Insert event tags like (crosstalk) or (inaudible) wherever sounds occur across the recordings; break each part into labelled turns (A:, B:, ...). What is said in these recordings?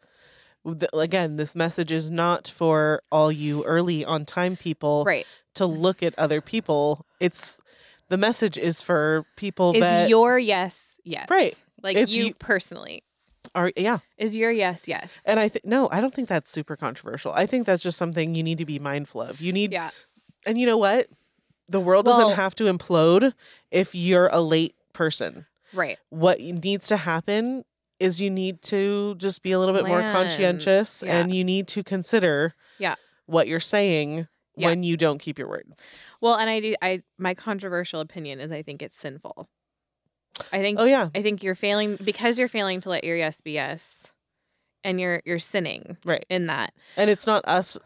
A: th- Again, this message is not for all you early on time people
B: right
A: to look at other people. It's the message is for people
B: is
A: that
B: your yes yes
A: Right.
B: like
A: It's
B: you
A: you-
B: personally
A: are yeah.
B: Is your yes yes?
A: And I think no, I don't think that's super controversial. I think that's just something you need to be mindful of. You need
B: yeah,
A: and you know what? The world
B: Well-
A: doesn't have to implode if you're a late person.
B: right.
A: What y- needs to happen is you need to just be a little bit more
B: Plan.
A: conscientious
B: Yeah.
A: and you need to consider
B: Yeah.
A: what you're saying
B: Yeah.
A: when you don't keep your word.
B: Well, and I do. I my controversial opinion is I think it's sinful. I think
A: Oh yeah.
B: I think you're failing because you're failing to let your yes be yes, and you're you're sinning
A: Right.
B: in that.
A: And it's not us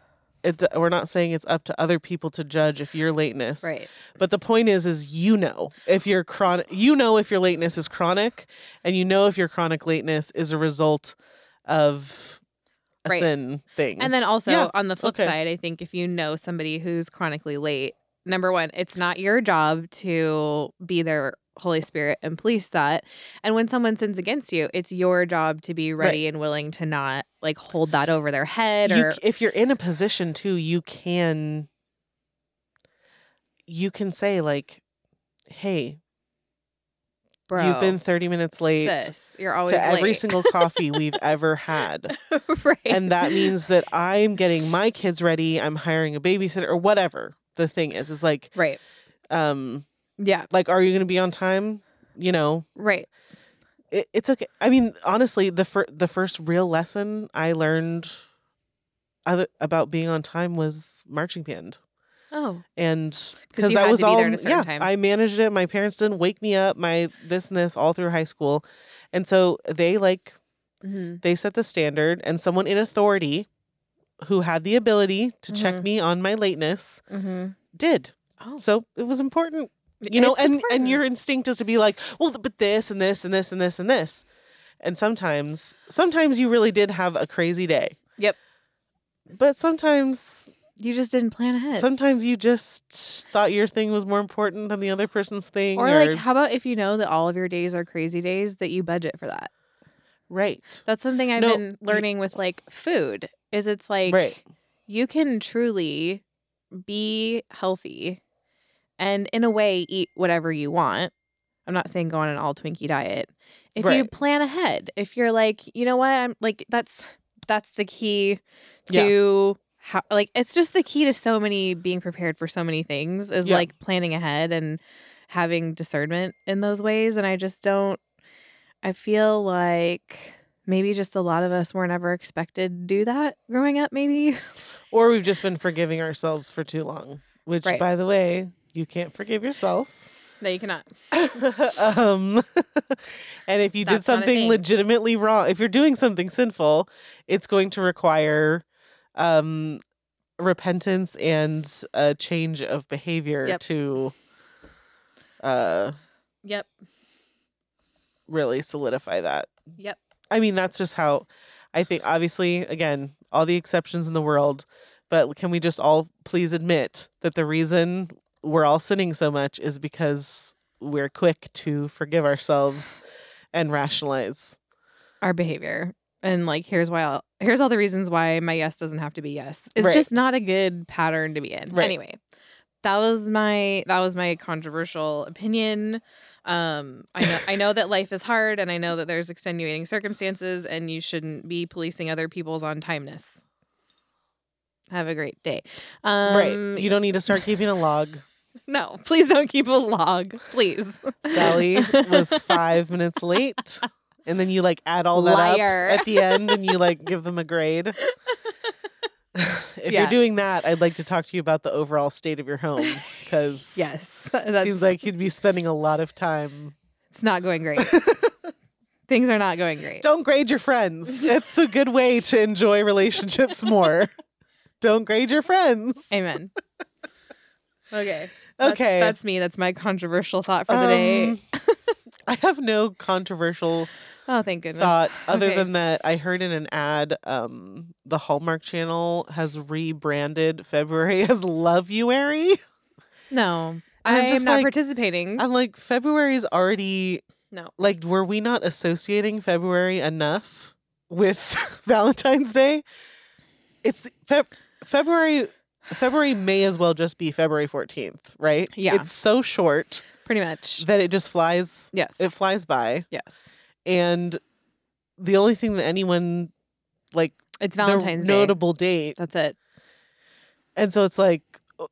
A: it, we're not saying it's up to other people to judge if your lateness
B: Right.
A: But the point is, is you know if your chronic, you know if your lateness is chronic, and you know if your chronic lateness is a result of a
B: Right.
A: sin thing.
B: And then also
A: Yeah,
B: on the flip
A: okay.
B: side, I think if you know somebody who's chronically late, number one, it's not your job to be their Holy Spirit and police that. And when someone sins against you, it's your job to be ready and willing to not like hold that over their head
A: You
B: or
A: c- if you're in a position too, you can you can say like, "Hey,
B: bro.
A: you've been 30 minutes late
B: Sis, you're always
A: to every
B: late.
A: single coffee we've ever had."
B: (laughs) right.
A: And that means that I'm getting my kids ready, I'm hiring a babysitter or whatever. The thing is is like
B: right.
A: um
B: Yeah.
A: like are you going to be on time you know
B: Right.
A: it, it's okay i mean honestly the fir- the first real lesson i learned other- about being on time was marching band
B: Oh.
A: and
B: 'Cause
A: because
B: you
A: I
B: had
A: was
B: to be
A: all
B: there at a certain
A: yeah
B: time.
A: i managed it my parents didn't wake me up my this and this all through high school and so they like
B: Mm-hmm.
A: they set the standard and someone in authority who had the ability to
B: Mhm.
A: check me on my lateness
B: Mm-hmm.
A: did
B: Oh.
A: so it was important you know
B: It's
A: and
B: important.
A: and your instinct is to be like well th- but this and this and this and this and this and sometimes sometimes you really did have a crazy day
B: Yep.
A: but sometimes
B: You just didn't plan ahead.
A: Sometimes you just thought your thing was more important than the other person's thing.
B: or like how about if you know that all of your days are crazy days that you budget for that?
A: right.
B: That's something I've
A: No,
B: been
A: y-
B: learning with like food is it's like
A: Right.
B: you can truly be healthy and in a way eat whatever you want. I'm not saying go on an all Twinkie diet. If you
A: Right.
B: plan ahead, if you're like, you know what, I'm like that's that's the key
A: Yeah.
B: to how like it's just the key to so many being prepared for so many things is
A: Yeah.
B: like planning ahead and having discernment in those ways and I just don't I feel like maybe just a lot of us were never expected to do that growing up maybe. (laughs)
A: Or we've just been forgiving ourselves for too long, which,
B: Right.
A: by the way, you can't forgive yourself.
B: No, you cannot.
A: um, (laughs) and if you did
B: That's not a
A: something
B: thing.
A: legitimately wrong, if you're doing something sinful, it's going to require um, repentance and a change of behavior
B: Yep.
A: to uh,
B: Yep.
A: really solidify that.
B: Yep.
A: I mean, that's just how I think, obviously, again, all the exceptions in the world, but can we just all please admit that the reason we're all sinning so much is because we're quick to forgive ourselves and rationalize?
B: Our behavior. And like here's why I'll, here's all the reasons why my yes doesn't have to be yes. It's
A: Right.
B: just not a good pattern to be in.
A: Right.
B: Anyway. That was my that was my controversial opinion. Um I know I know that life is hard and I know that there's extenuating circumstances and you shouldn't be policing other people's on timeness. Have a great day. Um
A: right. You don't need to start keeping a log.
B: No, please don't keep a log, please. (laughs)
A: Sally was five minutes late. And then you like add all that
B: Liar.
A: up at the end and you like give them
B: (laughs)
A: a grade. if
B: Yeah.
A: you're doing that, I'd like to talk to you about the overall state of your home
B: (laughs)
A: because
B: yes, that
A: seems like he'd be spending a lot of time.
B: it's not going
A: (laughs)
B: great. Things are not going great.
A: Don't grade your friends. That's a good way
B: (laughs)
A: to enjoy relationships more. Don't grade your friends.
B: Amen. (laughs) okay. That's-
A: Okay.
B: That's, me. That's my controversial thought for the day.
A: Um, I have no
B: (laughs)
A: controversial
B: Oh, thank goodness.
A: thought other
B: Okay.
A: than that I heard in an ad um the Hallmark channel has rebranded February (laughs) as Loveuary.
B: Mm-hmm. No,
A: I'm
B: I'm,
A: just
B: not
A: like-
B: participating.
A: I'm like February's already
B: No.
A: Like were we not associating February enough with (laughs) Valentine's Day? It's the, Feb- February February may as well just be February 14th, right?
B: Yeah.
A: It's so short
B: Pretty much.
A: that it just flies
B: yes.
A: it flies by
B: yes.
A: and the only thing that anyone like
B: It's
A: the
B: Valentine's Day.
A: notable date
B: That's it.
A: And so it's like, (sighs)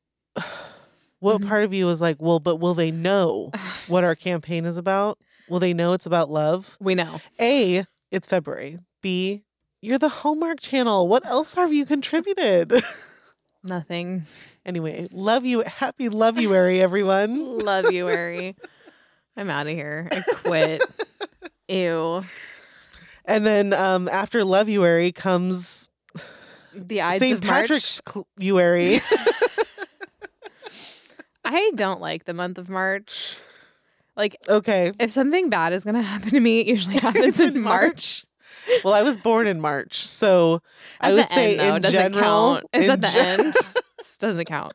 A: what
B: Mhm.
A: part of you is like, well, but will
B: (laughs)
A: they know what our campaign is about? Will they know it's about love?
B: We know.
A: A, it's February. B, you're the Hallmark Channel. What else have you contributed? (laughs)
B: Nothing.
A: anyway, love you. Happy love
B: (laughs)
A: you, everyone.
B: Love you,
A: (laughs)
B: Ari. I'm out of here. I quit. Ew.
A: And then um, after love you, comes
B: The Ides
A: St.
B: of March.
A: Patrick's
B: (laughs)
A: Uary.
B: I don't like the month of March. Like,
A: okay.
B: if something bad is going to happen to me, it
A: (laughs)
B: usually happens in
A: in
B: March.
A: Well, I was born in March, so I
B: At the
A: would say
B: end, though,
A: in
B: doesn't
A: general,
B: count. It's
A: in
B: at the
A: gen-
B: end.
A: (laughs)
B: This doesn't count.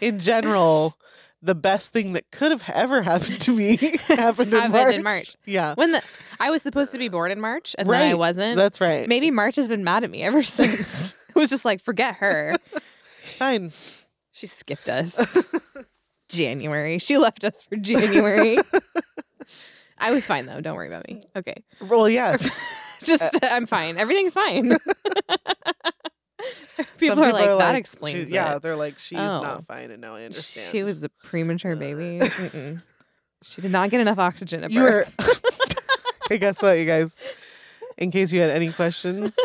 A: in general, the best thing that could have ever happened
B: (laughs)
A: to me happened, in, March.
B: Happened in March.
A: Yeah,
B: When the I was supposed to be born in March, and then I
A: Right.
B: wasn't.
A: that's right.
B: Maybe March has been mad at me ever (laughs)
A: (laughs)
B: since. it was just like, forget her.
A: Fine.
B: She skipped
A: (laughs)
B: us. January. She left us for January. I was fine though. Don't worry about me. Okay.
A: Well, yes.
B: Just I'm fine. Everything's
A: (laughs)
B: fine. (laughs) People
A: Some
B: are like, that
A: she-
B: explains
A: yeah,
B: it."
A: they're like, she's
B: Oh.
A: not fine, and now I understand.
B: She was a premature
A: (laughs)
B: baby. Mm-mm. she did not get enough oxygen at
A: You were.
B: birth. (laughs)
A: hey, guess what, you guys? In case you had
B: (laughs)
A: any questions,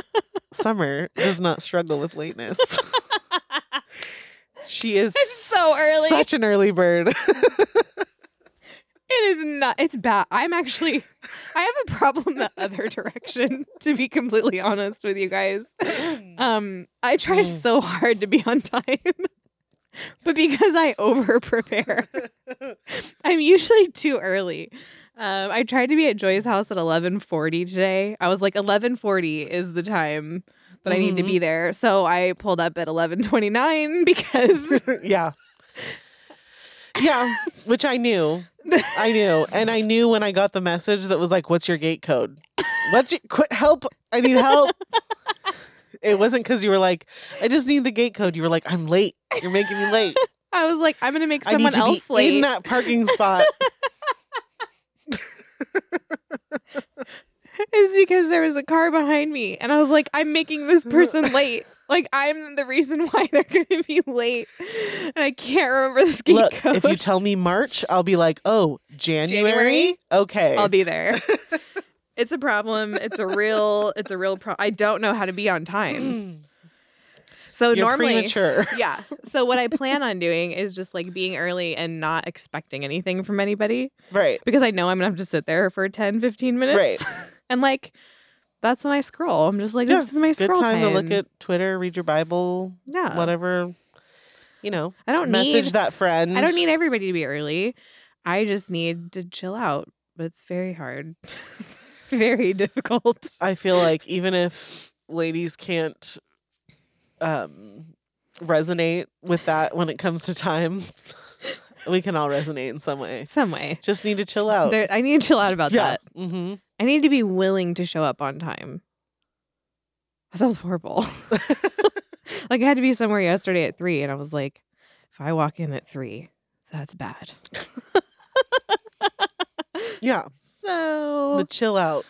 A: Summer does not struggle with lateness. She is
B: It's so early.
A: Such an early bird. (laughs)
B: It is not. It's bad. I'm actually. I have a problem the
A: (laughs)
B: other direction. To be completely honest with you guys, um, I try
A: Mm.
B: so hard to be on time, (laughs) but because I over
A: (laughs)
B: prepare, I'm usually too early. Um, I tried to be at Joy's house at 11:40 today. I was like, 11:40 is the time but I need to
A: Mhm.
B: be there. So I pulled up at 11:29
A: (laughs)
B: because (laughs)
A: yeah. Yeah, which I knew. I knew. And I knew when I got the message that was like, what's your gate code? What's your quit help? I need help. It wasn't because you were like, I just need the gate code. You were like, I'm late. You're making me late.
B: I was like, I'm gonna make
A: I need
B: someone
A: to
B: else
A: be
B: late.
A: in that parking spot.
B: is because there was a car behind me and I was like, I'm making
A: (laughs)
B: this person late. Like I'm the reason why they're gonna be late. And I can't remember this gate
A: (laughs) Look,
B: code.
A: if you tell me March, I'll be like, oh, January?
B: January? (laughs)
A: Okay. (clears throat)
B: I'll be (clears throat)
A: (laughs)
B: there. it's a problem. It's a real it's a real problem. I don't know how to be on time. So
A: Mm. You're
B: normally
A: premature. (laughs)
B: Yeah. So what I plan on doing is just like being early and not expecting anything from anybody
A: Right.
B: because I know I'm going to have to sit there for 10, 15 minutes.
A: Right.
B: (laughs) and like that's when I scroll. I'm just like
A: Yeah,
B: this is my
A: Good
B: scroll
A: time to look at Twitter, read your Bible,
B: Yeah.
A: whatever you know
B: I don't
A: message
B: need
A: that friend
B: I don't need everybody to be early. I just need to chill out, but it's very hard. (laughs) very difficult. (laughs)
A: i feel like even if ladies can't um resonate with that when it comes to time (laughs) we can all resonate in some way
B: Some way.
A: just need to chill out
B: There, I need to chill out about that.
A: hmm
B: I need to be willing to show up on time. That sounds horrible. (laughs) like I had to be somewhere yesterday at three, and I was like, if I walk in at three, that's bad.
A: yeah
B: So
A: the chill out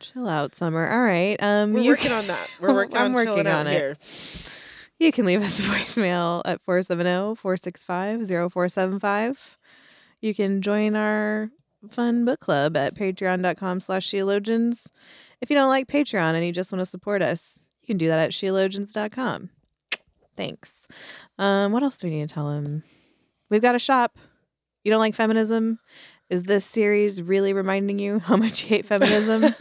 B: chill out, summer. All right. Um,
A: we're
B: you
A: working
B: can,
A: on that
B: (laughs)
A: we're working
B: I'm
A: on
B: working
A: chilling out
B: on it.
A: here
B: you can leave us a (laughs) voicemail at oh, 470-465-0475. You can join our fun book club at patreon.com slash theologians. If you don't like Patreon and you just want to support us, you can do that at sheologians.com. Thanks. Um, what else do we need to tell him? We've got a shop. You don't like feminism? Is this series really reminding you how much you hate
A: (laughs)
B: feminism?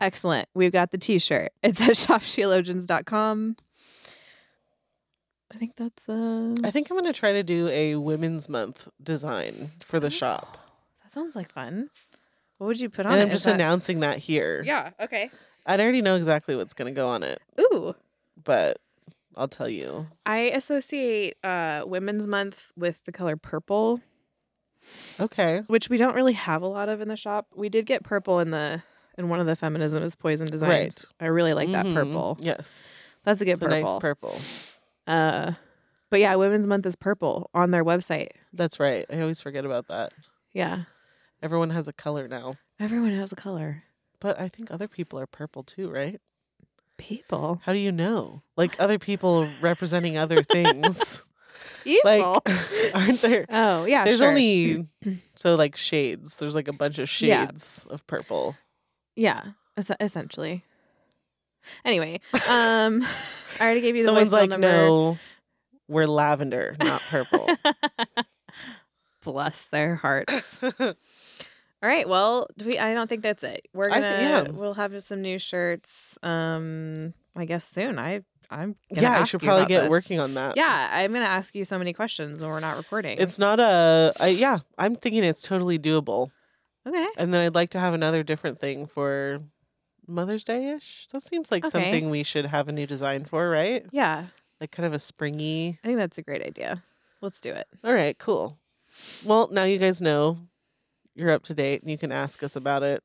B: Excellent. We've got the t-shirt. It's at (laughs) shopsheologians.com. I think that's uh
A: i think i'm going to try to do a women's month design for the shop
B: that sounds like fun. What would you put on
A: and
B: it?
A: i'm
B: Is
A: just
B: that-
A: announcing that here
B: Yeah, okay.
A: i already know exactly what's going to go on it
B: Ooh.
A: but i'll tell you
B: I associate uh women's month with the color purple.
A: okay
B: which we don't really have a lot of in the shop. We did get purple in the in one of the feminism is poison designs.
A: Right.
B: I really like
A: Mhm.
B: that purple.
A: Yes.
B: That's a good
A: It's a
B: purple.
A: nice purple.
B: Uh, but yeah, Women's Month is purple on their website.
A: That's right. I always forget about that.
B: Yeah,
A: Everyone has a color now.
B: everyone has a color.
A: But I think other people are purple too, right?
B: People,
A: How do you know? Like other people
B: (laughs)
A: representing other things.
B: people.
A: like (laughs) aren't there
B: (laughs) oh yeah,
A: there's
B: sure. (clears throat)
A: only so like shades. There's like a bunch of
B: Yeah.
A: shades of purple.
B: yeah, es- essentially. Anyway, um, (laughs) I already gave you the
A: Someone's
B: voicemail
A: like,
B: number.
A: no, we're lavender, not
B: (laughs)
A: purple.
B: Bless their hearts.
A: (laughs) All
B: All right. Well, do we, I don't think that's it. We're
A: I
B: gonna
A: thi- yeah.
B: we'll have some new shirts. Um, I guess soon. I I'm gonna
A: yeah, I
B: ask
A: should
B: you
A: probably
B: about
A: get
B: this.
A: working on that.
B: Yeah, I'm gonna ask you so many questions when we're not recording.
A: It's not a I, yeah, I'm thinking it's totally doable.
B: okay.
A: And then I'd like to have another different thing for Mother's Day ish. That seems like
B: Okay.
A: something we should have a new design for, right?
B: Yeah,
A: Like kind of a springy.
B: I think that's a great idea. Let's do
A: (laughs)
B: it.
A: All right, cool. Well, now you guys know you're up to date and you can ask us about it.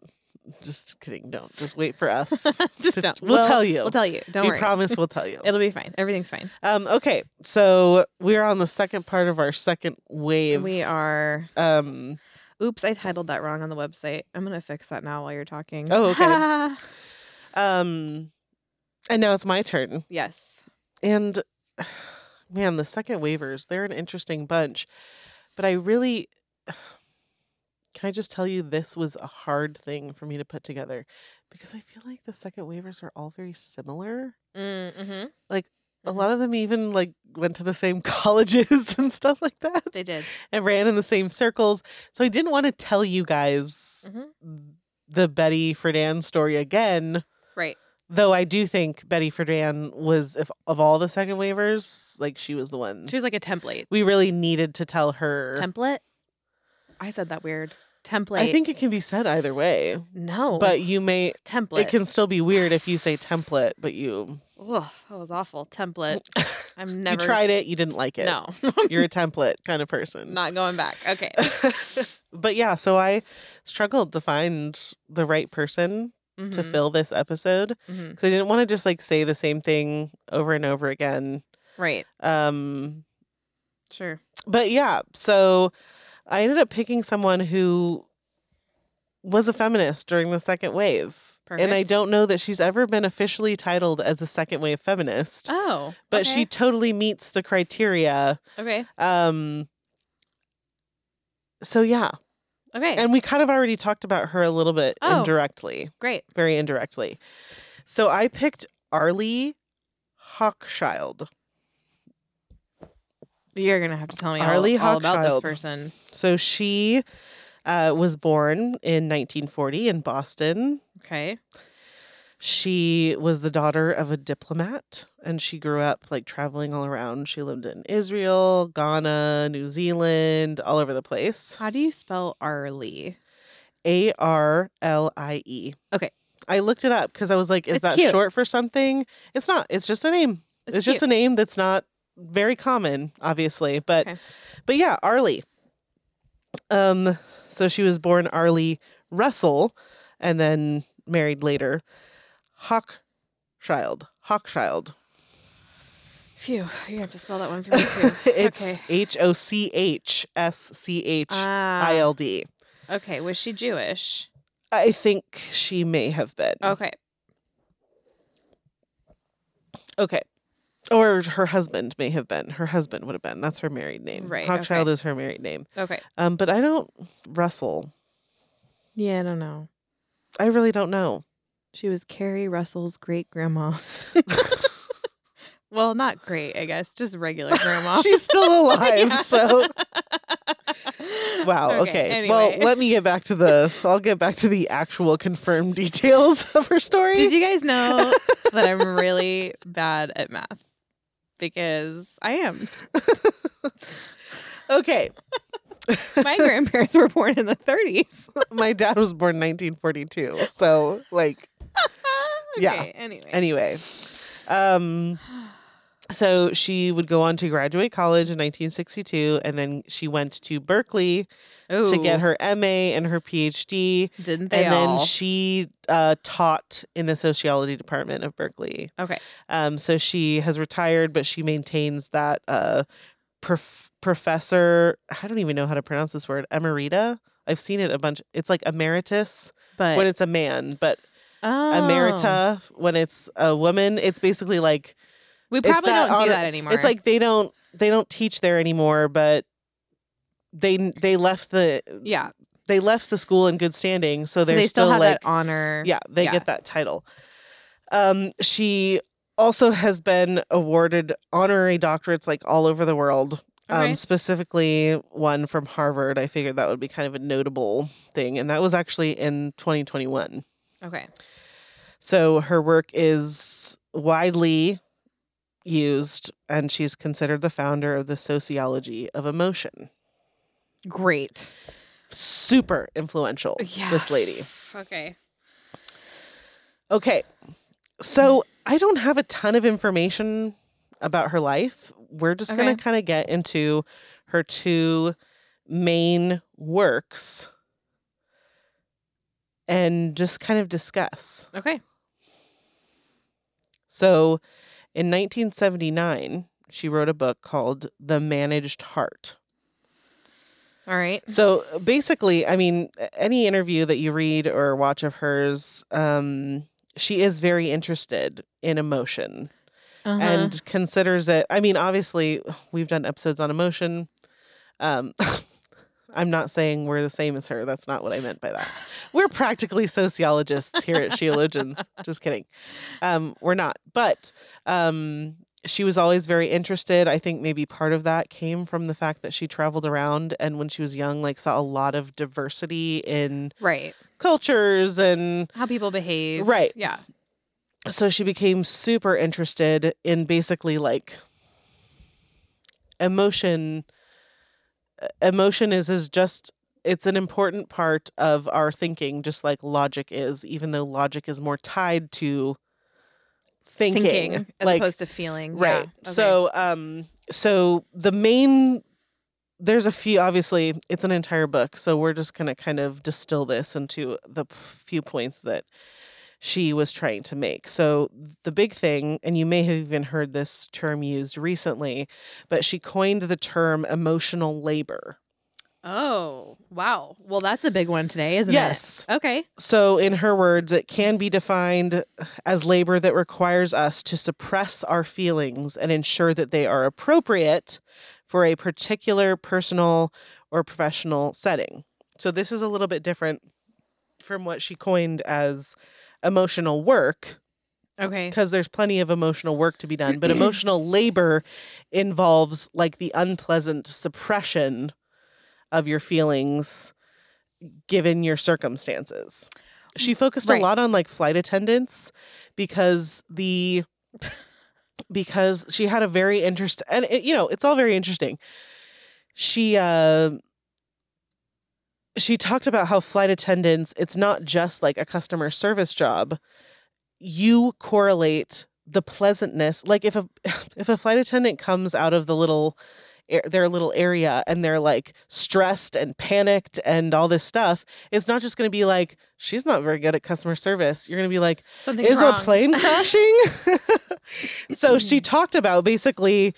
A: Just kidding. Don't. Just wait for us.
B: (laughs) Just
A: to-
B: don't.
A: we'll tell you.
B: We'll tell you. Don't
A: we
B: worry.
A: promise we'll tell you.
B: (laughs) It'll be fine. Everything's fine.
A: Um, okay, so we're on the second part of our second wave.
B: We are.
A: Um,
B: Oops, I titled that wrong on the website. I'm gonna fix that now while you're talking.
A: Oh, okay.
B: Ha.
A: um, and now it's my turn.
B: (laughs) yes.
A: And (sighs) man, the second waivers, they're an interesting bunch. But I really (sighs) can I just tell you this was a hard thing for me to put together because I feel like the second waivers are all very similar.
B: Mm-hmm.
A: A lot of them even like went to the same (laughs) colleges and stuff like that
B: They did.
A: and ran in the same circles. So I didn't want to tell you guys
B: Mhm.
A: the Betty Friedan story again
B: Right.
A: Though I do think Betty Friedan was, if of all the second waivers, like she was the one
B: She was like a template.
A: we really needed to tell her.
B: template. I said that weird. Template.
A: I think it can be said either way,
B: no,
A: but you may.
B: template.
A: It can still be weird if you say template, but you
B: Ugh, that was awful. Template. I'm never.
A: (laughs) You tried it, you didn't like it.
B: No,
A: (laughs)
B: (laughs)
A: You're a template kind of person.
B: not (laughs) going back. Okay.
A: (laughs) but yeah, so I struggled to find the right person to
B: Mhm,
A: fill this episode
B: mhm.
A: because I didn't want to just like say the same thing over and over again.
B: Right.
A: Um,
B: Sure.
A: but yeah, so I ended up picking someone who was a feminist during the second wave. And I
B: Perfect.
A: don't know that she's ever been officially titled as a second wave feminist,
B: Oh.
A: but
B: okay.
A: she totally meets the criteria.
B: Okay.
A: Um so yeah,
B: Okay.
A: and we kind of already talked about her a little bit
B: Oh.
A: indirectly,
B: Great.
A: very indirectly. So I picked Arlie Hochschild.
B: You're gonna have to tell me
A: Arlie
B: all, all about this
A: Hochschild.
B: person.
A: So she uh, was born in 1940 in Boston.
B: Okay.
A: She was the daughter of a diplomat and she grew up like traveling all around. She lived in Israel, Ghana, New Zealand, all over the place.
B: How do you spell Arlie?
A: A R L I E.
B: Okay.
A: I looked it up because I was like, is
B: It's
A: that
B: cute.
A: short for something? It's not. It's just a name. It's, just a name that's not very common, obviously. But
B: Okay.
A: but yeah, Arlie. Um, so she was born Arlie Russell and then married later. Hochschild.
B: (laughs)
A: Hochschild.
B: Phew. You're gonna have to spell that one for me
A: (laughs)
B: too.
A: it's
B: okay.
A: H O C H S C H I
B: Ah.
A: L D.
B: Okay. Was she Jewish?
A: I think she may have been.
B: Okay.
A: Okay. Or her husband may have been. Her husband would have been. That's her married name.
B: Right,
A: Hochschild
B: okay.
A: is her married name.
B: Okay.
A: Um, but I don't Russell.
B: Yeah, I don't know.
A: I really
B: (laughs)
A: don't know.
B: She was Carrie Russell's great grandma. (laughs) well, not great, I guess. Just
A: (laughs)
B: regular grandma.
A: She's still alive,
B: Yeah. (laughs)
A: so wow. Okay. Well,
B: anyway.
A: let me get back to the I'll get back to the actual confirmed (laughs) details of her
B: (laughs)
A: story.
B: Did you guys know that I'm
A: (laughs)
B: really bad at math? Because I am.
A: Okay. (laughs)
B: My grandparents were born in the 30s.
A: My dad was born 1942. So,
B: (laughs)
A: like Yeah.
B: Okay, Anyway.
A: anyway. Um So she would go on to graduate college in 1962, and then she went to Berkeley to get her MA and her PhD.
B: Didn't they
A: and
B: all?
A: then she uh, taught in the sociology department of Berkeley.
B: okay.
A: Um, so she has retired, but she maintains that uh, prof- professor. I don't even know how to pronounce this word. Emerita. I've seen it a bunch. It's like emeritus
B: But
A: when it's a man, but
B: oh,
A: emerita when it's a woman. It's basically like
B: We
A: it's
B: probably
A: that
B: don't do
A: honor-
B: that anymore.
A: it's like they don't they don't teach there anymore, but they they left the
B: yeah.
A: they left the school in good standing, so
B: So
A: they're
B: they still, have
A: like
B: that honor.
A: yeah, they
B: yeah.
A: get that title. Um, she also has been awarded honorary doctorates like all over the world.
B: Okay.
A: Um, specifically one from Harvard. I figured that would be kind of a notable thing, and that was actually in 2021.
B: okay.
A: So her work is widely used, and she's considered the founder of the sociology of emotion.
B: Great.
A: Super influential,
B: Yeah.
A: this lady.
B: (sighs) Okay.
A: Okay.
B: Mm-hmm.
A: So I don't have a ton of information about her life. We're just going
B: Okay.
A: to kind of get into her two main works and just kind of discuss.
B: Okay.
A: So in 1979, she wrote a book called The Managed Heart.
B: All right.
A: So basically, I mean, a- any interview that you read or watch of hers, um, she is very interested in emotion
B: Uh-huh.
A: and considers it. I mean, obviously, we've done episodes on emotion. Um, (laughs) I'm not saying we're the same as her. That's not what I meant by that. We're practically sociologists here at Sheologians. Just kidding. Um, we're not. But um, she was always very interested. I think maybe part of that came from the fact that she traveled around and when she was young, like saw a lot of diversity in
B: right.
A: cultures and
B: How people behave.
A: Right.
B: Yeah.
A: so she became super interested in basically like emotion uh, emotion is is just it's an important part of our thinking just like logic is even though logic is more tied to thinking,
B: as
A: like
B: opposed to feeling. Yeah,
A: right.
B: okay.
A: So um so the main there's a few obviously it's an entire book, so we're just going to kind of distill this into the p- few points that she was trying to make. So the big thing and you may have even heard this term used recently, but she coined the term emotional labor.
B: Oh wow. Well, that's a big one today, isn't
A: yes.
B: it? Okay.
A: So, in her words, it can be defined as labor that requires us to suppress our feelings and ensure that they are appropriate for a particular personal or professional setting. So, this is a little bit different from what she coined as emotional work
B: Okay.
A: because there's plenty of emotional work to be done, but emotional labor involves like the unpleasant suppression of your feelings given your circumstances. She focused
B: right.
A: a lot on like flight attendants because the because she had a very interest and it, you know, it's all very interesting. She uh she talked about how flight attendants it's not just like a customer service job you correlate the pleasantness like if a (laughs) if a flight attendant comes out of the little air- their little area and they're like stressed and panicked and all this stuff it's not just going to be like she's not very good at customer service you're going to be like
B: Something's
A: is
B: wrong.
A: a
B: (laughs)
A: plane crashing so she talked about basically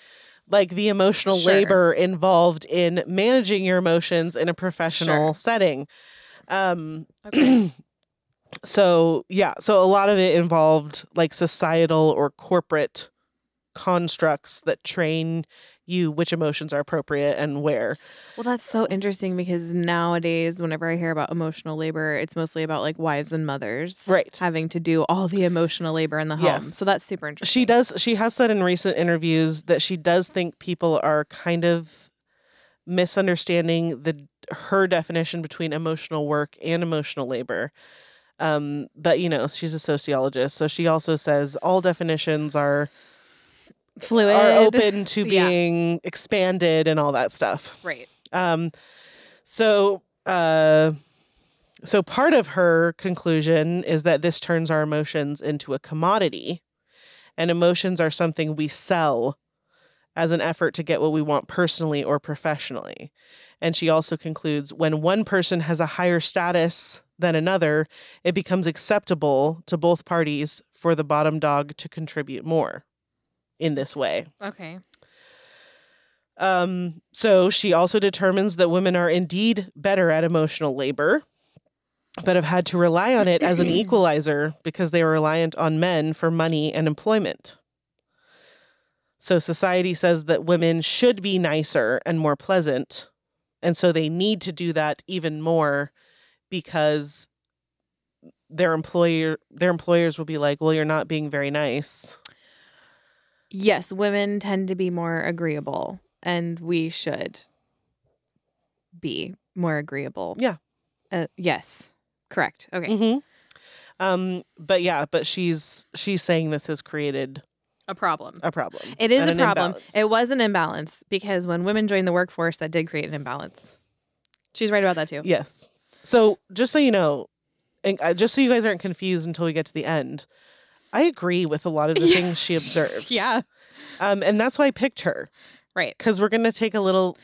A: like the emotional
B: Sure.
A: labor involved in managing your emotions in a professional setting um
B: Okay.
A: (clears throat) so yeah so a lot of it involved like societal or corporate constructs that train you which emotions are appropriate and where
B: Well, that's so interesting because nowadays, whenever I hear about emotional labor, it's mostly about like wives and mothers,
A: Right.
B: having to do all the emotional labor in the home.
A: Yes.
B: So that's super interesting.
A: she does she has said in recent interviews that she does think people are kind of misunderstanding the her definition between emotional work and emotional labor um but you know she's a sociologist so she also says all definitions are
B: fluid,
A: are open to
B: Yeah.
A: being expanded and all that stuff
B: right?
A: um, so, uh, so part of her conclusion is that this turns our emotions into a commodity, and emotions are something we sell as an effort to get what we want personally or professionally. And she also concludes when one person has a higher status than another, it becomes acceptable to both parties for the bottom dog to contribute more in this way.
B: Okay.
A: Um, so she also determines that women are indeed better at emotional labor, but have had to rely on it as an equalizer because they are reliant on men for money and employment. So society says that women should be nicer and more pleasant, and so they need to do that even more because their employer their employers will be like, "Well, you're not being very nice."
B: Yes, women tend to be more agreeable, and we should be more agreeable.
A: Yeah.
B: Uh, yes. Correct. Okay.
A: hmm Um, but yeah, but she's she's saying this has created
B: A problem.
A: a problem.
B: It is
A: and
B: a
A: an
B: problem.
A: imbalance.
B: It was an imbalance because when women joined the workforce, that did create an imbalance. She's right about that too.
A: yes. So just so you know, and uh, just so you guys aren't confused until we get to the end, I agree with a lot of the
B: Yeah.
A: things she observed.
B: (laughs) yeah.
A: Um, and that's why I picked her
B: Right.
A: because we're gonna take a little.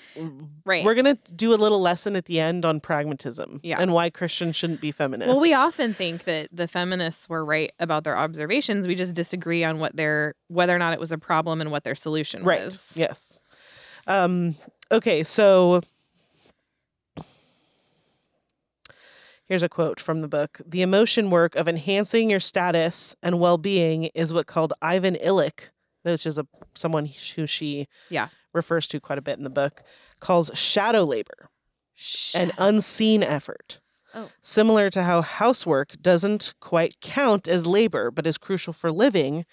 B: Right.
A: We're gonna do a little lesson at the end on pragmatism
B: Yeah.
A: and why Christians shouldn't be feminists.
B: well, we often think that the feminists were right about their observations. We just disagree on what their whether or not it was a problem and what their solution
A: right.
B: was.
A: Yes. Um, okay, so here's a quote from the book. The emotion work of enhancing your status and well-being is what called Ivan Illich, which is a someone who she
B: Yeah.
A: refers to quite a bit in the book, calls shadow labor an unseen effort.
B: Oh.
A: Similar to how housework doesn't quite count as labor but is crucial for living,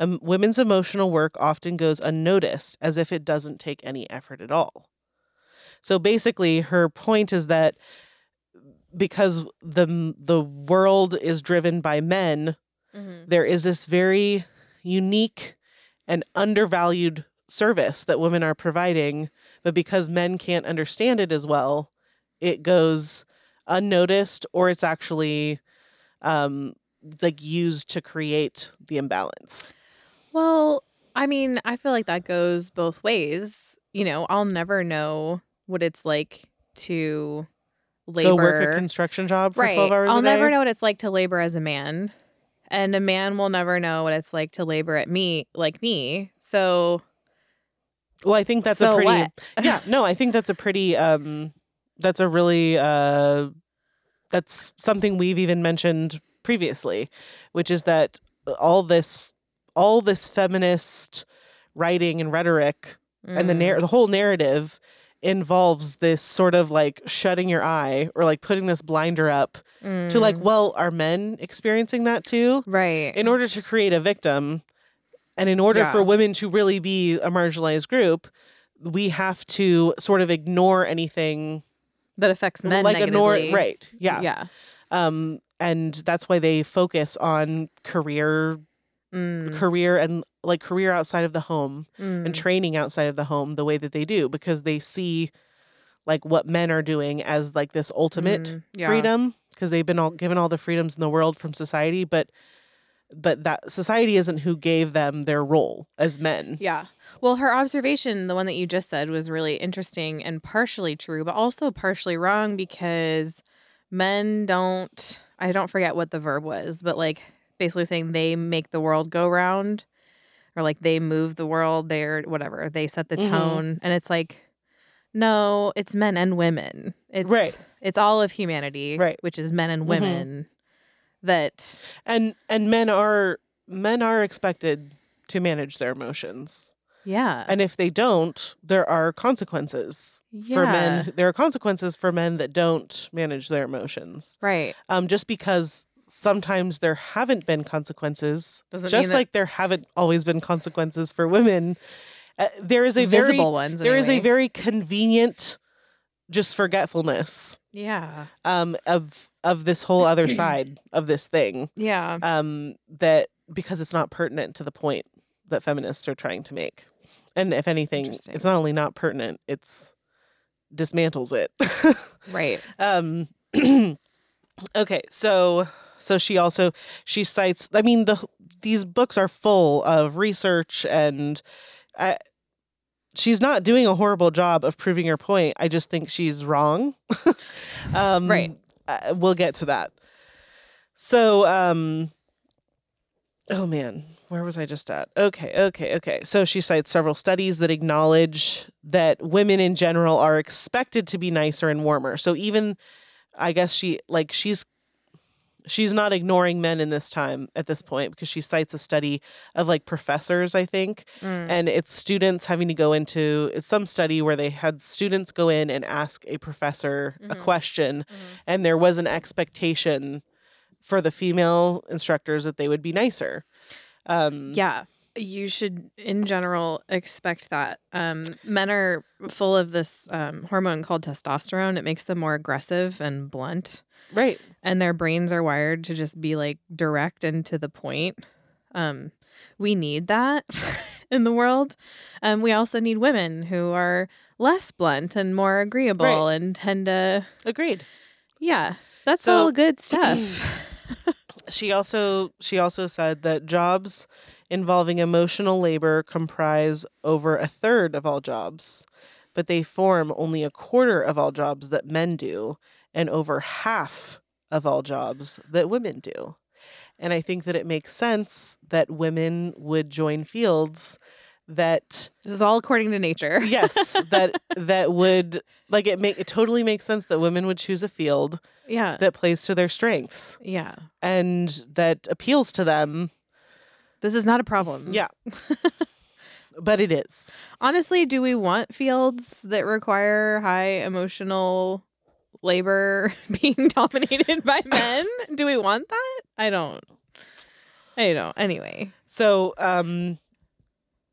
A: um, women's emotional work often goes unnoticed as if it doesn't take any effort at all. So basically, her point is that because the the world is driven by men,
B: Mhm.
A: there is this very unique and undervalued service that women are providing, but because men can't understand it as well, it goes unnoticed or it's actually um, like used to create the imbalance.
B: Well, I mean, I feel like that goes both ways. You know, I'll never know what it's like to labor.
A: Go work a construction job for
B: right.
A: 12 hours
B: I'll
A: a day.
B: never know what it's like to labor as a man. And a man will never know what it's like to labor at me like me. So
A: Well, I think that's
B: so
A: a pretty
B: what?
A: (laughs) yeah no i think that's a pretty um that's a really uh that's something we've even mentioned previously which is that all this all this feminist writing and rhetoric and the
B: Mm.
A: narr- the whole narrative involves this sort of like shutting your eye or like putting this blinder up to like
B: Mm.
A: well are men experiencing that too
B: right
A: in order to create a victim and in order for
B: Yeah.
A: women to really be a marginalized group we have to sort of ignore anything
B: that affects men
A: like ignore
B: negatively.
A: right yeah.
B: Yeah.
A: um and that's why they focus on career
B: Mm.
A: career and like career outside of the home and
B: Mm.
A: training outside of the home the way that they do because they see like what men are doing as like this ultimate
B: Mm. Yeah.
A: freedom because they've been all given all the freedoms in the world from society but but that society isn't who gave them their role as men
B: Yeah. Well, her observation, the one that you just said, was really interesting and partially true, but also partially wrong because men don't, I don't forget what the verb was, but like basically saying they make the world go round or like they move the world, they're whatever, they set the
A: Mhm.
B: tone. And it's like, no, it's men and women. It's
A: Right.
B: it's all of humanity,
A: Right.
B: which is men and
A: Mhm.
B: women that
A: and and men are men are expected to manage their emotions
B: yeah.
A: and if they don't there are consequences for men there are consequences for men that don't manage their emotions
B: right.
A: um just because sometimes there haven't been consequences
B: Doesn't mean
A: just
B: that-
A: like there haven't always been consequences for women uh, there is a very
B: visible ones.
A: There is a
B: anyway.
A: very convenient just forgetfulness
B: yeah.
A: um of of this whole other side of this thing
B: Yeah.
A: um that because it's not pertinent to the point that feminists are trying to make and if anything
B: Interesting.
A: it's not only not pertinent it's dismantles it (laughs)
B: Right.
A: um okay so so she also she cites i mean the these books are full of research and I, she's not doing a horrible job of proving her point i just think she's wrong (laughs) um
B: Right.
A: uh, we'll get to that so um oh man where was i just at okay okay okay so she cites several studies that acknowledge that women in general are expected to be nicer and warmer so even i guess she like she's she's not ignoring men in this time at this point because she cites a study of like professors i think
B: Mm.
A: and it's students having to go into it's some study where they had students go in and ask a professor a
B: Mhm.
A: question and there was an expectation for the female instructors that they would be nicer. Um,
B: Yeah. You should, in general, expect that. Um, men are full of this um, hormone called testosterone. It makes them more aggressive and blunt,
A: right.
B: and their brains are wired to just be like direct and to the point. Um, we need that (laughs) in the world. Um, we also need women who are less blunt and more agreeable
A: Right.
B: and tend to,
A: Agreed.
B: yeah, that's
A: So-
B: all good stuff.
A: (clears throat) She also she also said that jobs involving emotional labor comprise over a third of all jobs, but they form only a quarter of all jobs that men do, and over half of all jobs that women do. And I think that it makes sense that women would join fields that
B: this is all according to nature.
A: yes that that would like it make it totally makes sense that women would choose a field
B: Yeah.
A: that plays to their strengths
B: Yeah.
A: and that appeals to them
B: This is not a problem.
A: yeah but it is
B: Honestly, do we want fields that require high emotional labor (laughs) being dominated
A: (laughs)
B: by men? do we want that? I don't. I don't. Anyway.
A: so um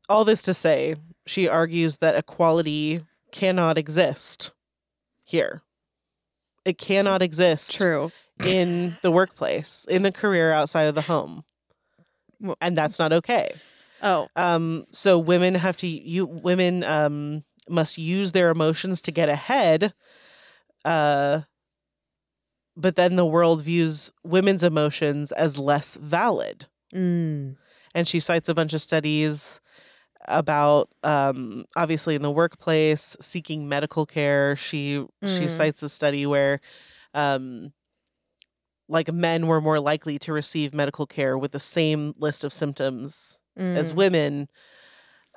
A: all this to say she argues that equality cannot exist here it cannot exist
B: True.
A: in the workplace in the career outside of the home
B: Well-
A: and that's not okay
B: Oh,
A: um so women have to you women um must use their emotions to get ahead uh but then the world views women's emotions as less valid.
B: Mm.
A: And she cites a bunch of studies about um, obviously in the workplace seeking medical care. She she
B: Mm.
A: cites a study where um, like men were more likely to receive medical care with the same list of symptoms as
B: Mm.
A: women.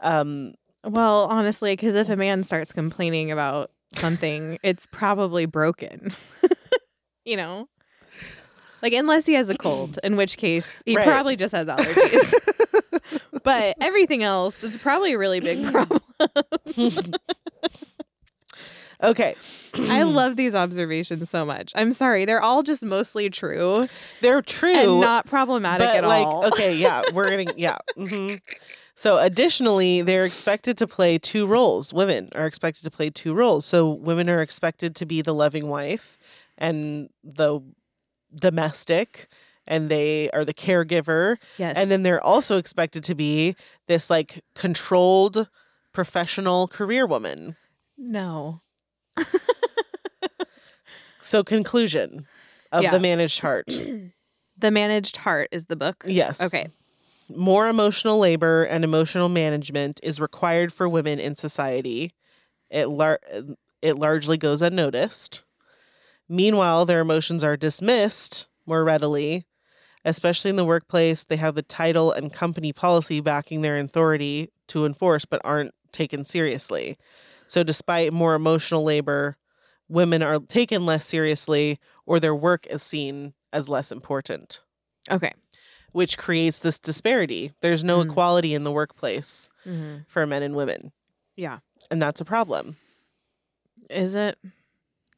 A: Um,
B: Well, honestly, because if a man starts complaining about
A: (laughs)
B: something, it's probably broken. (laughs) you know? Like, unless he has a cold, in which case he
A: Right.
B: probably just has allergies.
A: (laughs)
B: but everything else, it's probably a really
A: (clears throat)
B: big problem.
A: okay,
B: I love these observations so much. I'm sorry. They're all just mostly true
A: they're true.
B: and not problematic
A: but
B: at
A: like,
B: all. (laughs)
A: okay, yeah, we're gonna, yeah. mhm. So, additionally, they're expected to play two roles. Women are expected to play two roles. So, women are expected to be the loving wife and the domestic, and they are the caregiver.
B: Yes.
A: And then they're also expected to be this like controlled professional career woman.
B: no.
A: So, conclusion of
B: Yeah.
A: the managed
B: (clears throat)
A: heart.
B: The Managed Heart is the book.
A: Yes.
B: Okay.
A: More emotional labor and emotional management is required for women in society. It lar- it largely goes unnoticed. Meanwhile, their emotions are dismissed more readily, especially in the workplace. They have the title and company policy backing their authority to enforce, but aren't taken seriously. So, despite more emotional labor, women are taken less seriously, or their work is seen as less important
B: Okay.
A: which creates this disparity. There's no
B: Mm.
A: equality in the workplace
B: Mm-hmm.
A: for men and women.
B: Yeah.
A: And that's a problem.
B: Is it?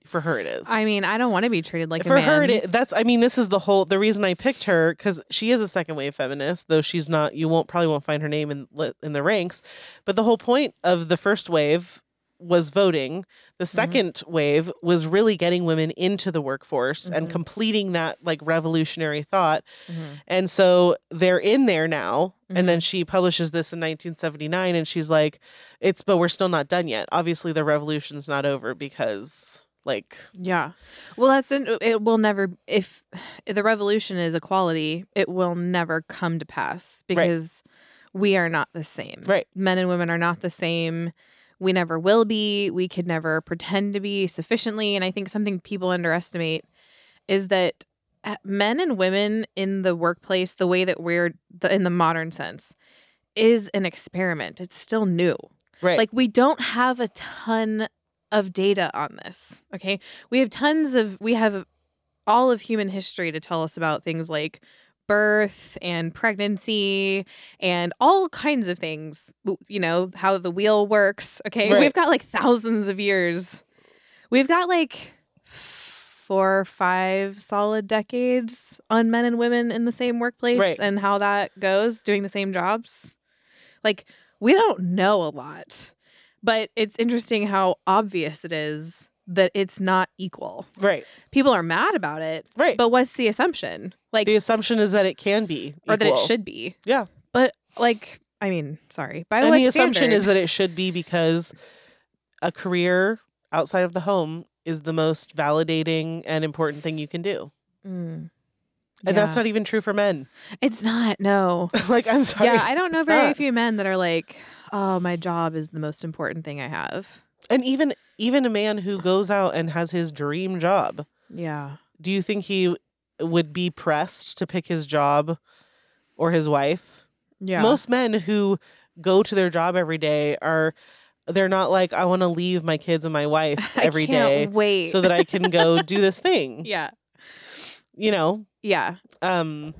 A: For her, it is.
B: I mean, I don't want to be treated like a
A: for
B: man.
A: her, it, i- that's, I mean, this is the whole, the reason I picked her, because she is a second wave feminist, though she's not, you won't, probably won't find her name in, li- in the ranks. But the whole point of the first wave was voting. The
B: Mm-hmm.
A: 2nd wave was really getting women into the workforce and
B: Mhm.
A: completing that like revolutionary thought
B: Mm-hmm.
A: And so they're in there now. And then she publishes this in 1979 and she's like, it's, but we're still not done yet. Obviously, the revolution's not over because, like,
B: Yeah. Well, that's in, it will never if, if the revolution is equality, it will never come to pass because we are not the same.
A: Right.
B: Men and women are not the same. We never will be. We could never pretend to be sufficiently. And I think something people underestimate is that uh, men and women in the workplace, the way that we're the, in the modern sense, is an experiment. It's still new.
A: right.
B: Like we don't have a ton of data on this. Okay. We have tons of we have all of human history to tell us about things like birth and pregnancy and all kinds of things, w- you know, how the wheel works. Okay.
A: Right.
B: We've got like thousands of years. We've got like four or five solid decades on men and women in the same workplace
A: Right.
B: and how that goes doing the same jobs. Like we don't know a lot, but it's interesting how obvious it is that it's not equal.
A: right.
B: People are mad about it,
A: Right.
B: but what's the assumption? Like,
A: the assumption is that it can be.
B: or that it
A: equal.
B: should be.
A: Yeah.
B: But like, I mean, sorry. By
A: And
B: what
A: the assumption
B: Oh,
A: is
B: standard?
A: that it should be because a career outside of the home is the most validating and important thing you can do.
B: Mm.
A: And that's
B: Yeah.
A: not even true for men. (laughs)
B: It's not. No.
A: like, I'm sorry.
B: Yeah, I don't know
A: It's
B: very
A: not.
B: few men that are like, oh, my job is the most important thing I have.
A: And even even a man who goes out and has his dream job
B: Yeah.
A: do you think he would be pressed to pick his job or his wife?
B: Yeah.
A: Most men who go to their job every day are they're not like I want to leave my
B: (laughs)
A: kids and my wife every
B: I can't
A: day
B: Wait.
A: so that I can go
B: (laughs)
A: do this thing.
B: yeah.
A: You know,
B: Yeah.
A: um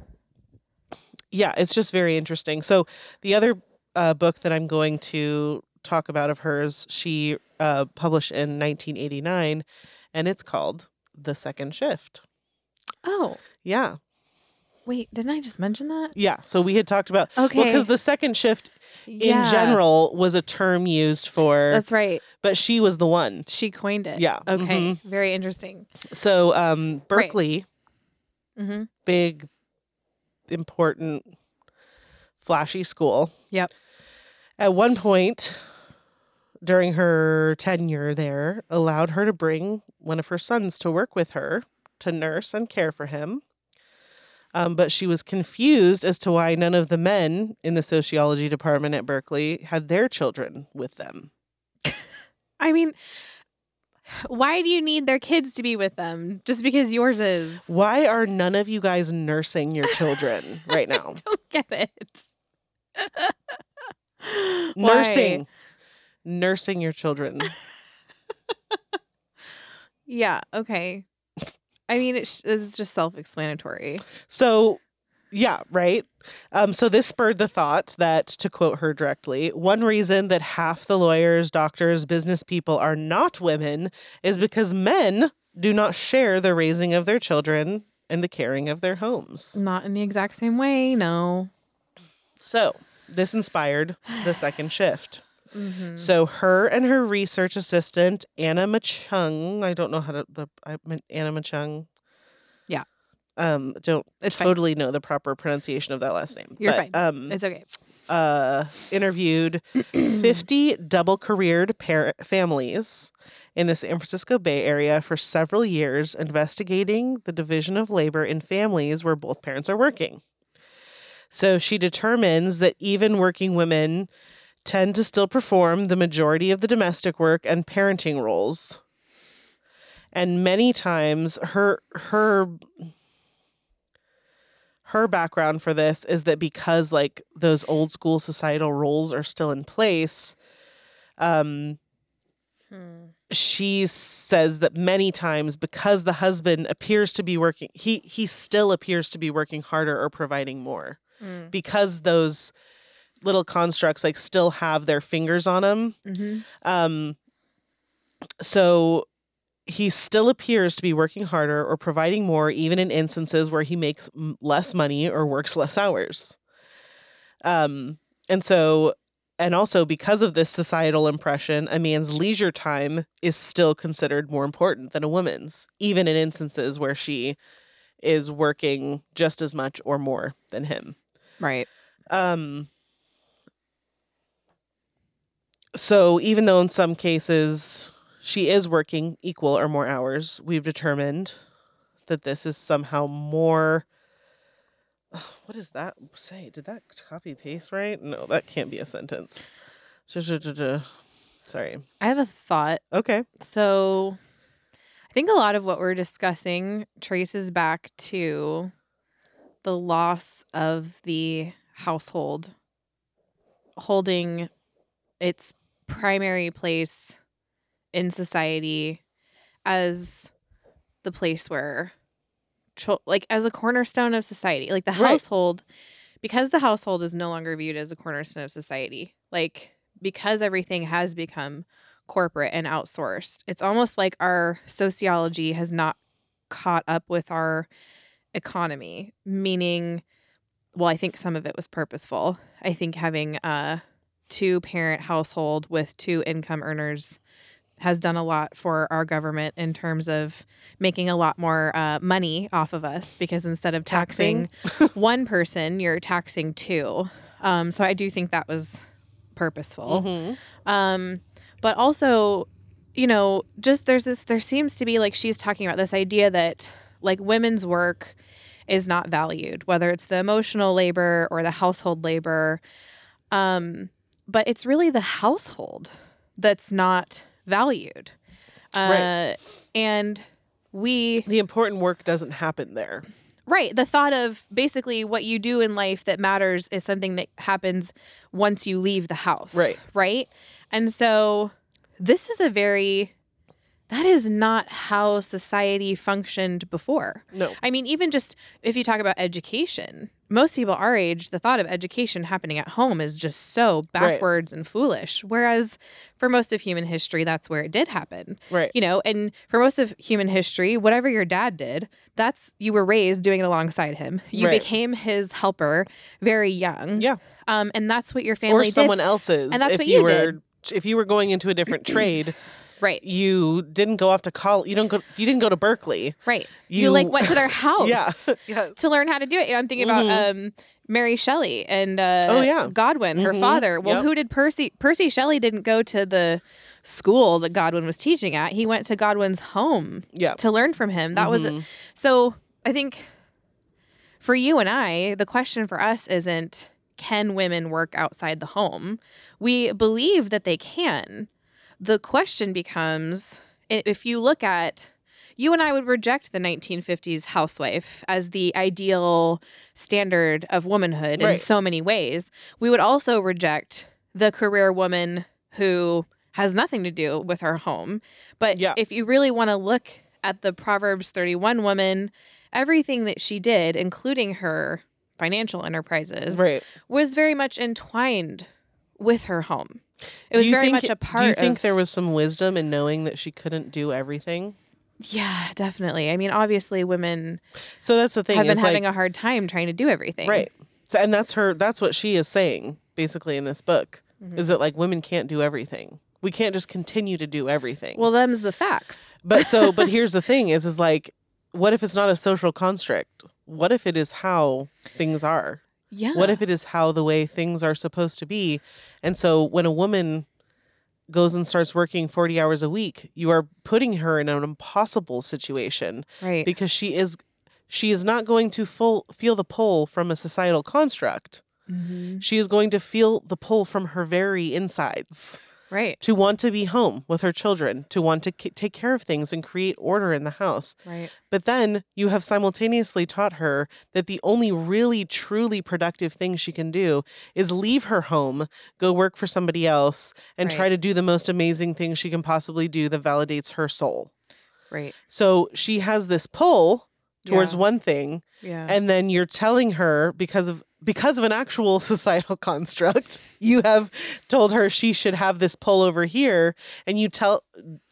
A: yeah it's just very interesting so the other uh, book that i'm going to talk about of hers she uh, published in 1989 and it's called the second shift
B: Oh,
A: yeah
B: wait. Didn't I just mention that?
A: yeah so we had talked about
B: Okay.
A: well because the second shift in
B: Yeah,
A: general was a term used for
B: That's right.
A: but she was the one
B: She coined it.
A: Yeah, Mm-hmm.
B: Okay. Very interesting.
A: so um
B: Right.
A: berkeley
B: Mm-hmm.
A: big, important, flashy school.
B: Yep.
A: At one point during her tenure there, allowed her to bring one of her sons to work with her to nurse and care for him. Um, but she was confused as to why none of the men in the sociology department at Berkeley had their children with them.
B: I mean, why do you need their kids to be with them just because yours is?
A: Why are none of you guys nursing your children right now?
B: (laughs) Don't get it. (laughs) Why?
A: nursing. Nursing your children.
B: Yeah. Okay. I mean, it's, it's just self-explanatory.
A: So, yeah, right. Um, so, this spurred the thought that, to quote her directly, one reason that half the lawyers, doctors, business people are not women is because men do not share the raising of their children and the caring of their homes.
B: Not in the exact same way. No.
A: So, this inspired the
B: (sighs)
A: second shift.
B: Mhm.
A: So, her and her research assistant, Anna Machung, I don't know how to, the, I meant Anna Machung.
B: Yeah.
A: Um, don't
B: It's fine.
A: totally know the proper pronunciation of that last name.
B: You're fine.
A: but, Um,
B: It's okay.
A: uh, interviewed (clears throat) 50 double careered par- families in the San Francisco Bay Area for several years, investigating the division of labor in families where both parents are working. So she determines that even working women tend to still perform the majority of the domestic work and parenting roles. And many times her her her background for this is that because like those old school societal roles are still in place um
B: Hmm.
A: she says that many times because the husband appears to be working he he still appears to be working harder or providing more
B: Mm.
A: because those little constructs like still have their fingers on them
B: Mhm.
A: um, so he still appears to be working harder or providing more, even in instances where he makes m- less money or works less hours. Um, and so, and also because of this societal impression, a man's leisure time is still considered more important than a woman's, even in instances where she is working just as much or more than him.
B: Right.
A: Um, so even though in some cases she is working equal or more hours, we've determined that this is somehow more. (sighs) Ugh, What does that say? Did that copy paste right? No, that can't be a sentence. Sorry.
B: I have a thought.
A: Okay.
B: So, I think a lot of what we're discussing traces back to the loss of the household holding its primary place in society as the place where chil- like as a cornerstone of society like the
A: Right.
B: household because the household is no longer viewed as a cornerstone of society like because everything has become corporate and outsourced it's almost like our sociology has not caught up with our economy meaning well i think some of it was purposeful i think having a two parent household with two income earners has done a lot for our government in terms of making a lot more uh, money off of us because instead of taxing, one person you're taxing two um, so i do think that was purposeful
A: Mhm.
B: um, but also, you know, just there's this, there seems to be like she's talking about this idea that like women's work is not valued, whether it's the emotional labor or the household labor. Um, but it's really the household that's not valued. Uh,
A: Right.
B: And we
A: The important work doesn't happen there.
B: Right. The thought of basically what you do in life that matters is something that happens once you leave the house.
A: Right.
B: Right. And so this is a very, that is not how society functioned before.
A: No.
B: I mean, even just if you talk about education, most people our age, the thought of education happening at home is just so
A: Right.
B: backwards and foolish. Whereas for most of human history, that's where it did happen
A: Right.
B: you know and for most of human history whatever your dad did that's you were raised doing it alongside him you
A: Right.
B: became his helper very young
A: Yeah.
B: um and that's what your
A: Or
B: family did
A: someone else's.
B: And that's
A: if
B: what
A: you
B: you
A: were
B: did.
A: if you were going into a
B: (clears throat)
A: different trade,
B: right
A: you didn't go off to college. You don't go. You didn't go to Berkeley.
B: right you,
A: You, (laughs)
B: like went to their house (laughs)
A: Yeah. yes.
B: to learn how to do it you know, i'm thinking
A: Mhm.
B: about um Mary Shelley and uh,
A: Oh, yeah.
B: Godwin, her
A: Mhm.
B: father. Well,
A: Yep.
B: who did Percy? Percy Shelley didn't go to the school that Godwin was teaching at. He went to Godwin's home
A: Yeah.
B: to learn from him. That was
A: Mhm.
B: so I think for you and I, the question for us isn't can women work outside the home? We believe that they can. The question becomes i- if you look at you and I would reject the 1950s housewife as the ideal standard of womanhood in
A: Right.
B: so many ways. We would also reject the career woman who has nothing to do with her home. But
A: Yeah.
B: if you really want to look at the Proverbs 31 woman, everything that she did, including her financial enterprises,
A: Right.
B: was very much entwined with her home. It
A: Do
B: was
A: you
B: very
A: think-
B: much a part
A: Do you think
B: of,
A: there was some wisdom in knowing that she couldn't do everything?
B: Yeah, definitely. I mean, obviously women
A: So that's the thing.
B: have been
A: is, like,
B: having a hard time trying to do everything.
A: right. So and that's her. That's what she is saying basically in this book
B: Mhm.
A: is that like women can't do everything. We can't just continue to do everything.
B: Well, them's the facts. (laughs)
A: But so, but here's the thing: is is like, what if it's not a social construct? What if it is how things are?
B: Yeah.
A: What if it is how the way things are supposed to be? And so, when a woman goes and starts working 40 hours a week, you are putting her in an impossible situation
B: right.
A: because she is she is not going to full feel the pull from a societal construct.
B: Mhm.
A: She is going to feel the pull from her very insides
B: Right.
A: to want to be home with her children, to want to c- take care of things and create order in the house.
B: Right.
A: But then you have simultaneously taught her that the only really truly productive thing she can do is leave her home, go work for somebody else, and try
B: Right.
A: to do the most amazing thing she can possibly do that validates her soul.
B: Right.
A: So she has this pull towards
B: Yeah.
A: one thing
B: Yeah.
A: and then you're telling her because of because of an actual (laughs) societal construct you have told her she should have this pull over here and you tell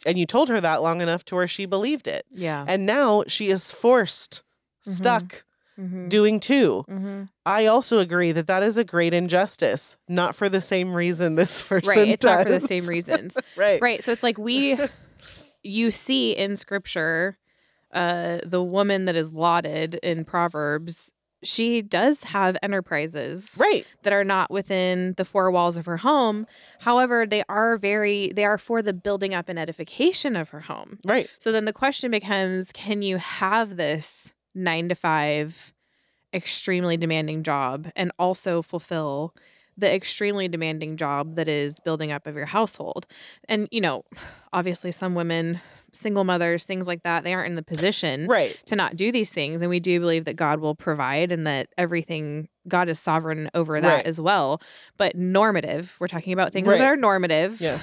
A: and you told her that long enough to where she believed it
B: yeah.
A: and now she is forced
B: Mhm.
A: stuck
B: Mhm.
A: doing two
B: Mhm.
A: i also agree that that is a great injustice not for the same reason (laughs) this person
B: Right. It's not for the
A: does.
B: same reasons.
A: (laughs) right
B: right so it's like we you see in scripture uh the woman that is lauded in proverbs she does have enterprises
A: right
B: that are not within the four walls of her home however they are very they are for the building up and edification of her home
A: right
B: so then the question becomes can you have this 9 to 5 extremely demanding job and also fulfill the extremely demanding job that is building up of your household. And, you know, obviously some women, single mothers, things like that, they aren't in the position
A: right
B: to not do these things. And we do believe that God will provide and that everything, God is sovereign over that
A: Right.
B: as well. But normative, we're talking about things
A: Right.
B: that are normative. (laughs)
A: Yes.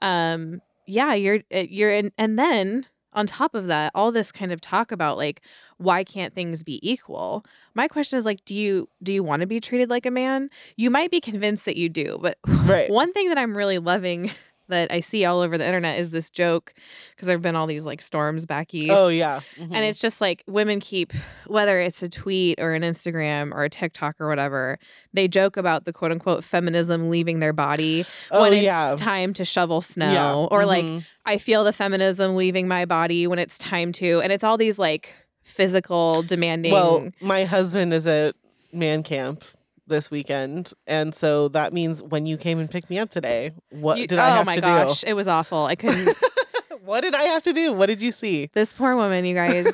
B: Um, yeah, you're, uh, you're in, and then on top of that, all this kind of talk about like, why can't things be equal? My question is like, do you, do you want to be treated like a man? You might be convinced that you do, but (laughs)
A: right
B: one thing that I'm really loving (laughs) that I see all over the internet is this joke because there have been all these like storms back east.
A: oh yeah Mhm.
B: And it's just like women keep, whether it's a tweet or an Instagram or a TikTok or whatever, they joke about the quote unquote feminism leaving their body
A: oh
B: when it's
A: yeah
B: time to shovel snow.
A: yeah.
B: Or like,
A: Mhm.
B: I feel the feminism leaving my body when it's time to. And it's all these like physical demanding.
A: Well, my husband is at man camp this weekend, and so that means when you came and picked me up today, what
B: You-
A: did I
B: oh
A: have
B: my
A: to
B: gosh, it was awful. I couldn't.
A: (laughs) do? (laughs) What did I have to do? What did you
B: (sighs)
A: see?
B: This poor woman, you
A: (laughs)
B: guys.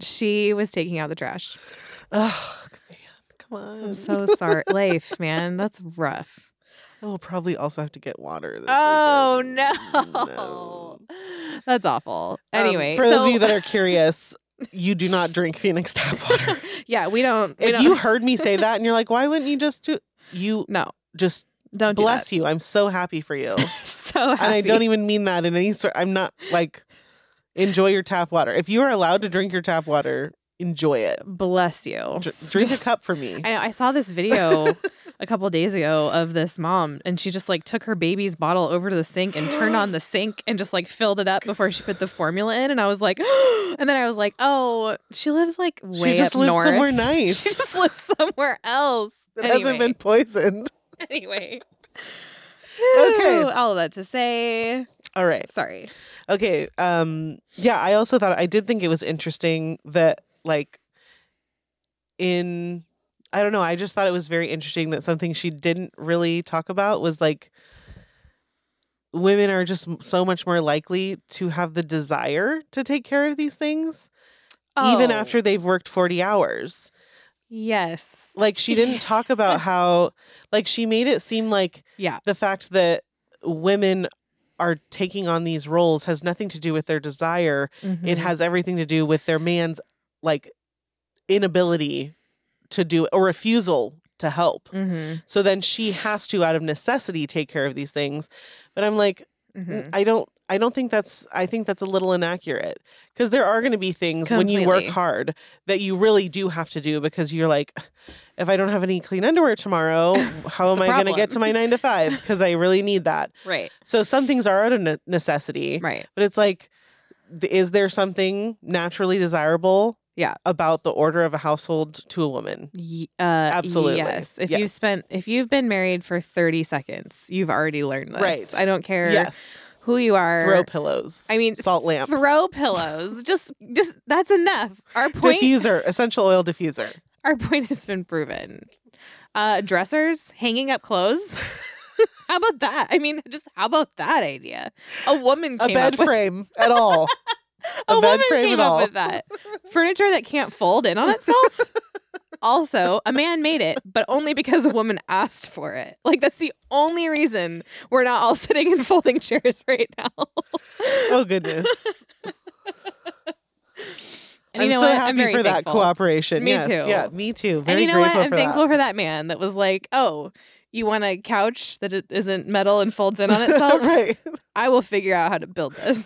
B: she was taking out the trash.
A: Oh man, come on!
B: I'm so
A: (laughs)
B: sorry. Life, man, that's rough.
A: I will probably also have to get water. This
B: Oh
A: weekend. (laughs)
B: no. That's awful.
A: Um,
B: (laughs) Anyway,
A: for those of you
B: so-
A: that
B: (laughs)
A: are curious, you do not drink Phoenix tap water.
B: (laughs) yeah, we don't. We
A: if
B: don't
A: you heard me say that and you're like, why wouldn't you just do? You
B: (laughs) no,
A: just
B: don't do
A: bless you. I'm so happy
B: (laughs)
A: for you.
B: that. So happy.
A: and I don't e- even mean that in any sort. I'm not like enjoy your tap water. If you are allowed to drink your tap water, enjoy it.
B: bless you.
A: Dr-
B: (laughs)
A: drink a
B: Just-
A: cup for me.
B: I know. I saw this
A: (laughs)
B: video a couple days ago of this mom, and she just like took her baby's bottle over to the sink and turned on the sink and just like filled it up before she put the formula in. And I was like, (gasps) and then I was like, oh, she lives like way
A: just
B: up
A: lives
B: north. (laughs)
A: somewhere nice.
B: she just lives somewhere else.
A: It
B: Anyway.
A: hasn't been poisoned.
B: anyway.
A: (laughs) Okay.
B: Whew, all of that to say,
A: All right.
B: sorry.
A: Okay. Um. Yeah. I also thought I did think it was interesting that like in I don't know. I just thought it was very interesting that something she didn't really talk about was like women are just m- so much more likely to have the desire to take care of these things even
B: Oh,
A: after they've worked 40 hours.
B: Yes.
A: Like she didn't talk about how like she made it seem like
B: Yeah.
A: the fact that women are taking on these roles has nothing to do with their desire it
B: Mhm.
A: has everything to do with their man's like inability to do or refusal to help
B: Mhm.
A: so then she has to out of necessity take care of these things but i'm like
B: Mhm.
A: "N- i don't i don't think that's i think that's a little inaccurate because there are going to be things when you work
B: Completely.
A: hard that you really do have to do because you're like if i don't have any clean underwear
B: (laughs)
A: tomorrow how
B: It's
A: am
B: a
A: i going to get to
B: problem."
A: my nine to five because i really need that
B: Right.
A: so some things are out of ne- necessity
B: Right.
A: but it's like, th- is there something naturally desirable?
B: Yeah.
A: About the order of a household to a woman.
B: Ye- uh,
A: Absolutely.
B: Yes. If
A: Yeah.
B: you've spent, if you've been married for 30 seconds, you've already learned this.
A: Right.
B: I don't care
A: Yes.
B: who you are.
A: Throw pillows.
B: I mean,
A: salt lamp.
B: throw pillows. just, just that's enough. Our point,
A: (laughs) diffuser, essential oil diffuser.
B: (laughs) our point has been proven. Uh, dressers, hanging up clothes. (laughs) how about that? I mean, just how about that idea? A woman
A: A
B: came
A: bed
B: up with,
A: frame at all.
B: a,
A: a bed
B: woman
A: frame
B: came
A: at all.
B: up with
A: (laughs)
B: that. Furniture that can't fold in on itself. also, a man made it, but only because a woman asked for it. Like that's the only reason we're not all (laughs) sitting in folding chairs right now. (laughs)
A: Oh goodness.
B: And
A: I'm
B: you know
A: so
B: what?
A: happy
B: I'm very
A: for that
B: thankful.
A: cooperation.
B: Me
A: yes,
B: too.
A: Yeah, me too.
B: and
A: Very
B: you know what?
A: grateful
B: I'm
A: for
B: thankful
A: that.
B: for that man that was like, "Oh, you want a couch that it isn't metal and folds
A: (laughs)
B: in on itself?
A: right.
B: I will figure out how to build
A: (laughs)
B: this.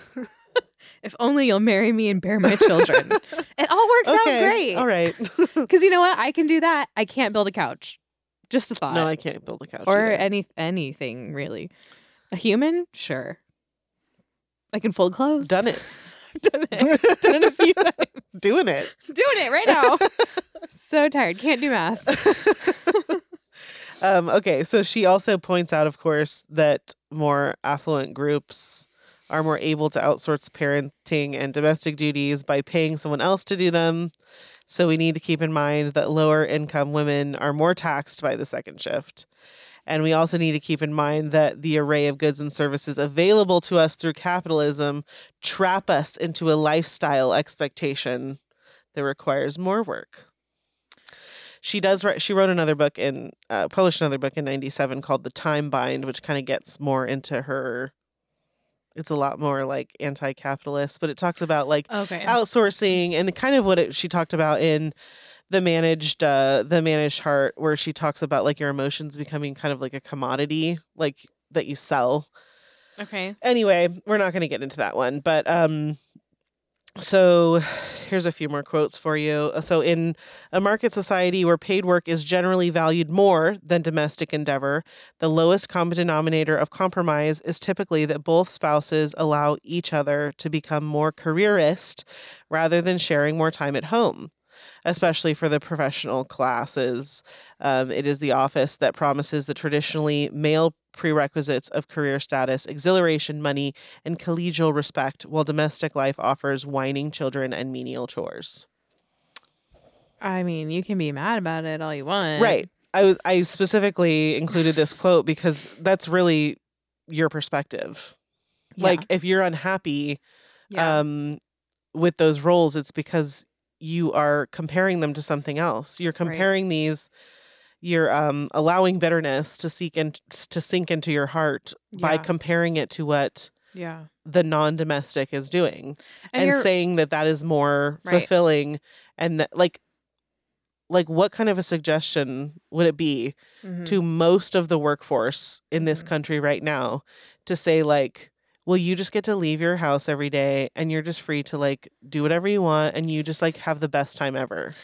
B: (laughs) if only you'll marry me and bear my
A: (laughs)
B: children. it all works
A: okay.
B: out great. (laughs)
A: All right.
B: Because you know what? I can do that. I can't build a couch. Just a thought.
A: no, I can't build a couch.
B: or
A: either.
B: any anything really. A human? Sure. I can fold clothes. (laughs)
A: done it. (laughs)
B: Done it. Done it a (laughs) few times.
A: Doing it.
B: Doing it right now. (laughs) so tired. Can't do math.
A: um, okay, so she also points out, of course, that more affluent groups are more able to outsource parenting and domestic duties by paying someone else to do them. So we need to keep in mind that lower income women are more taxed by the second shift. And we also need to keep in mind that the array of goods and services available to us through capitalism trap us into a lifestyle expectation that requires more work she does write she wrote another book in uh, published another book in 97 called the time bind which kind of gets more into her it's a lot more like anti-capitalist but it talks about like
B: Okay.
A: outsourcing and the kind of what it, she talked about in the managed uh the managed heart where she talks about like your emotions becoming kind of like a commodity like that you sell
B: Okay.
A: anyway, we're not going to get into that one, but um so here's a few more quotes for you. Uh, So in a market society where paid work is generally valued more than domestic endeavor, the lowest common denominator of compromise is typically that both spouses allow each other to become more careerist rather than sharing more time at home. Especially for the professional classes, um, it is the office that promises the traditionally male prerequisites of career status, exhilaration, money, and collegial respect, while domestic life offers whining children and menial chores.
B: I mean, you can be mad about it all you want.
A: Right. I was I specifically included this quote because that's really your perspective.
B: Yeah.
A: Like if you're unhappy
B: Yeah.
A: um with those roles, it's because you are comparing them to something else. You're comparing these you're um allowing bitterness to seek and to sink into your heart by
B: Yeah.
A: comparing it to what
B: yeah.
A: the non-domestic is doing
B: And,
A: and,
B: you're-
A: saying that that is more
B: Right.
A: fulfilling and that like like what kind of a suggestion would it be
B: Mhm.
A: to most of the workforce in this
B: Mhm.
A: country right now to say like well you just get to leave your house every day and you're just free to like do whatever you want and you just like have the best time ever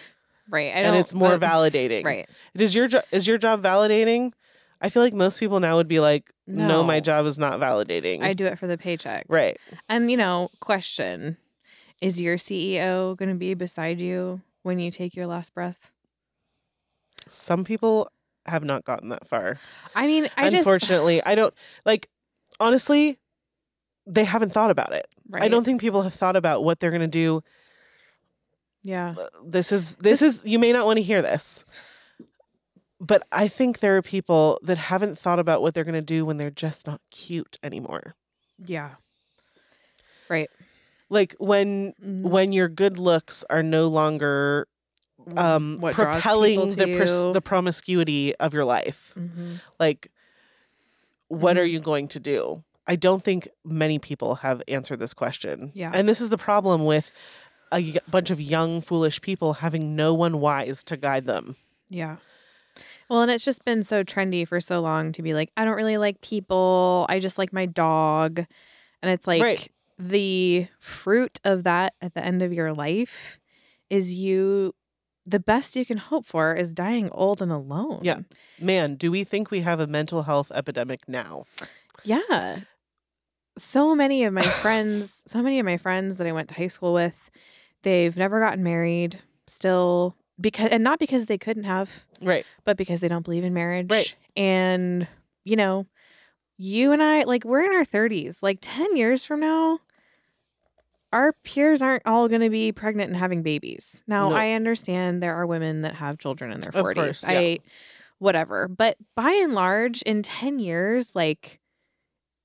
B: right. I
A: and it's
B: don't-
A: more
B: uh,
A: validating
B: Right.
A: is your job is your job validating i feel like most people now would be like no, my
B: No.
A: job is not validating
B: I do it for the paycheck.
A: right
B: And you know, question: Is your CEO going to be beside you when you take your last breath?
A: some people have not gotten that far.
B: I mean, I just
A: Unfortunately, I don't like honestly they haven't thought about it. I
B: Right.
A: don't think people have thought about what they're going to do.
B: Yeah.
A: This is this is you may not want to hear this. But I think there are people that haven't thought about what they're going to do when they're just not cute anymore.
B: Yeah.
A: Like when
B: Mhm.
A: when your good looks are no longer um
B: Mm, What draws people
A: propelling
B: to
A: the pers-
B: you.
A: the promiscuity of your life.
B: Mhm.
A: Like what are
B: Mhm.
A: you going to do? I don't think many people have answered this question.
B: Yeah.
A: And this is the problem with a y- bunch of young foolish people having no one wise to guide them.
B: Yeah. Well, and it's just been so trendy for so long to be like, I don't really like people. I just like my dog. And it's like
A: Right.
B: the fruit of that at the end of your life is you, the best you can hope for is dying old and alone.
A: Yeah. Man, do we think we have a mental health epidemic now?
B: Yeah. So many of my friends, so many of my friends that I went to high school with, they've never gotten married still because, and not because they couldn't have,
A: Right.
B: but because they don't believe in marriage.
A: Right.
B: And, you know, you and I, like, we're in our 30s. Like, 10 years from now, our peers aren't all going to be pregnant and having babies. Now,
A: No.
B: I understand there are women that have children in their
A: Of
B: 40s.
A: course, yeah.
B: I, whatever. But by and large, in 10 years, like,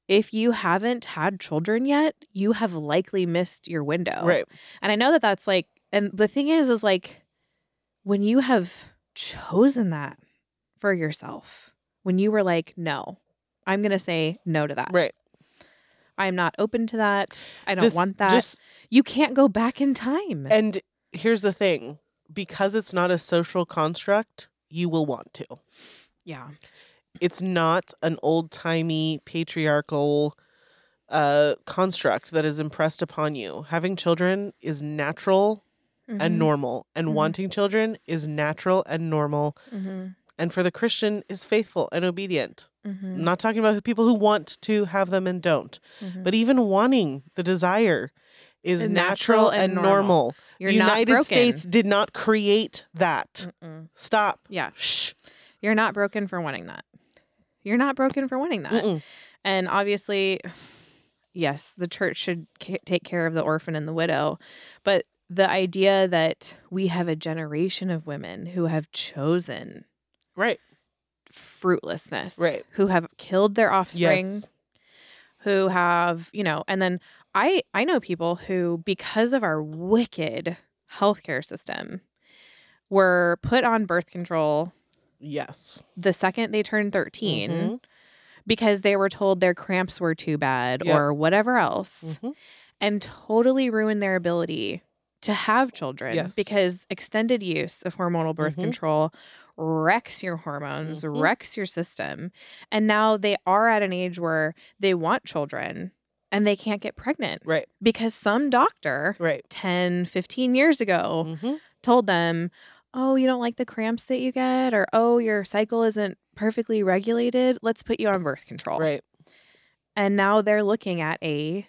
B: if you haven't had children yet, you have likely missed your window.
A: Right.
B: And I know that that's like, and the thing is, is like when you have chosen that for yourself, when you were like, no, I'm going to say no to that.
A: Right.
B: I'm not open to that. I don't
A: This
B: want that.
A: Just
B: you can't go back in time.
A: and here's the thing, because it's not a social construct, you will want to.
B: yeah.
A: It's not an old-timey patriarchal uh construct that is impressed upon you. Having children is natural and normal and
B: Mhm.
A: wanting children is natural and normal and for the christian is faithful and obedient
B: Mm.
A: i'm not talking about who- people who want to have them and don't but even wanting the desire is
B: Is
A: natural, and normal,
B: You're
A: the
B: not
A: united
B: broken. Mm.
A: states did not create that
B: Mm-mm.
A: stop
B: Yeah.
A: shh
B: You're not broken for wanting that. You're not broken for wanting that.
A: Mm-mm.
B: And obviously, yes, the church should ca- take care of the orphan and the widow. But the idea that we have a generation of women who have chosen
A: right
B: fruitlessness,
A: Right.
B: who have killed their offspring,
A: yes
B: who have, you know, and then I I know people who because of our wicked healthcare system were put on birth control
A: yes
B: the second they turned 13
A: Mhm.
B: because they were told their cramps were too bad
A: Yep.
B: or whatever else
A: Mhm.
B: and totally ruin their ability to have children
A: Yes.
B: because extended use of hormonal birth
A: Mhm.
B: control wrecks your hormones,
A: Mhm.
B: wrecks your system. And now they are at an age where they want children and they can't get pregnant
A: right
B: because some doctor
A: right
B: 10, 15 years ago
A: Mhm.
B: told them, "Oh, you don't like the cramps that you get or oh, your cycle isn't perfectly regulated. Let's put you on birth control."
A: right
B: And now they're looking at a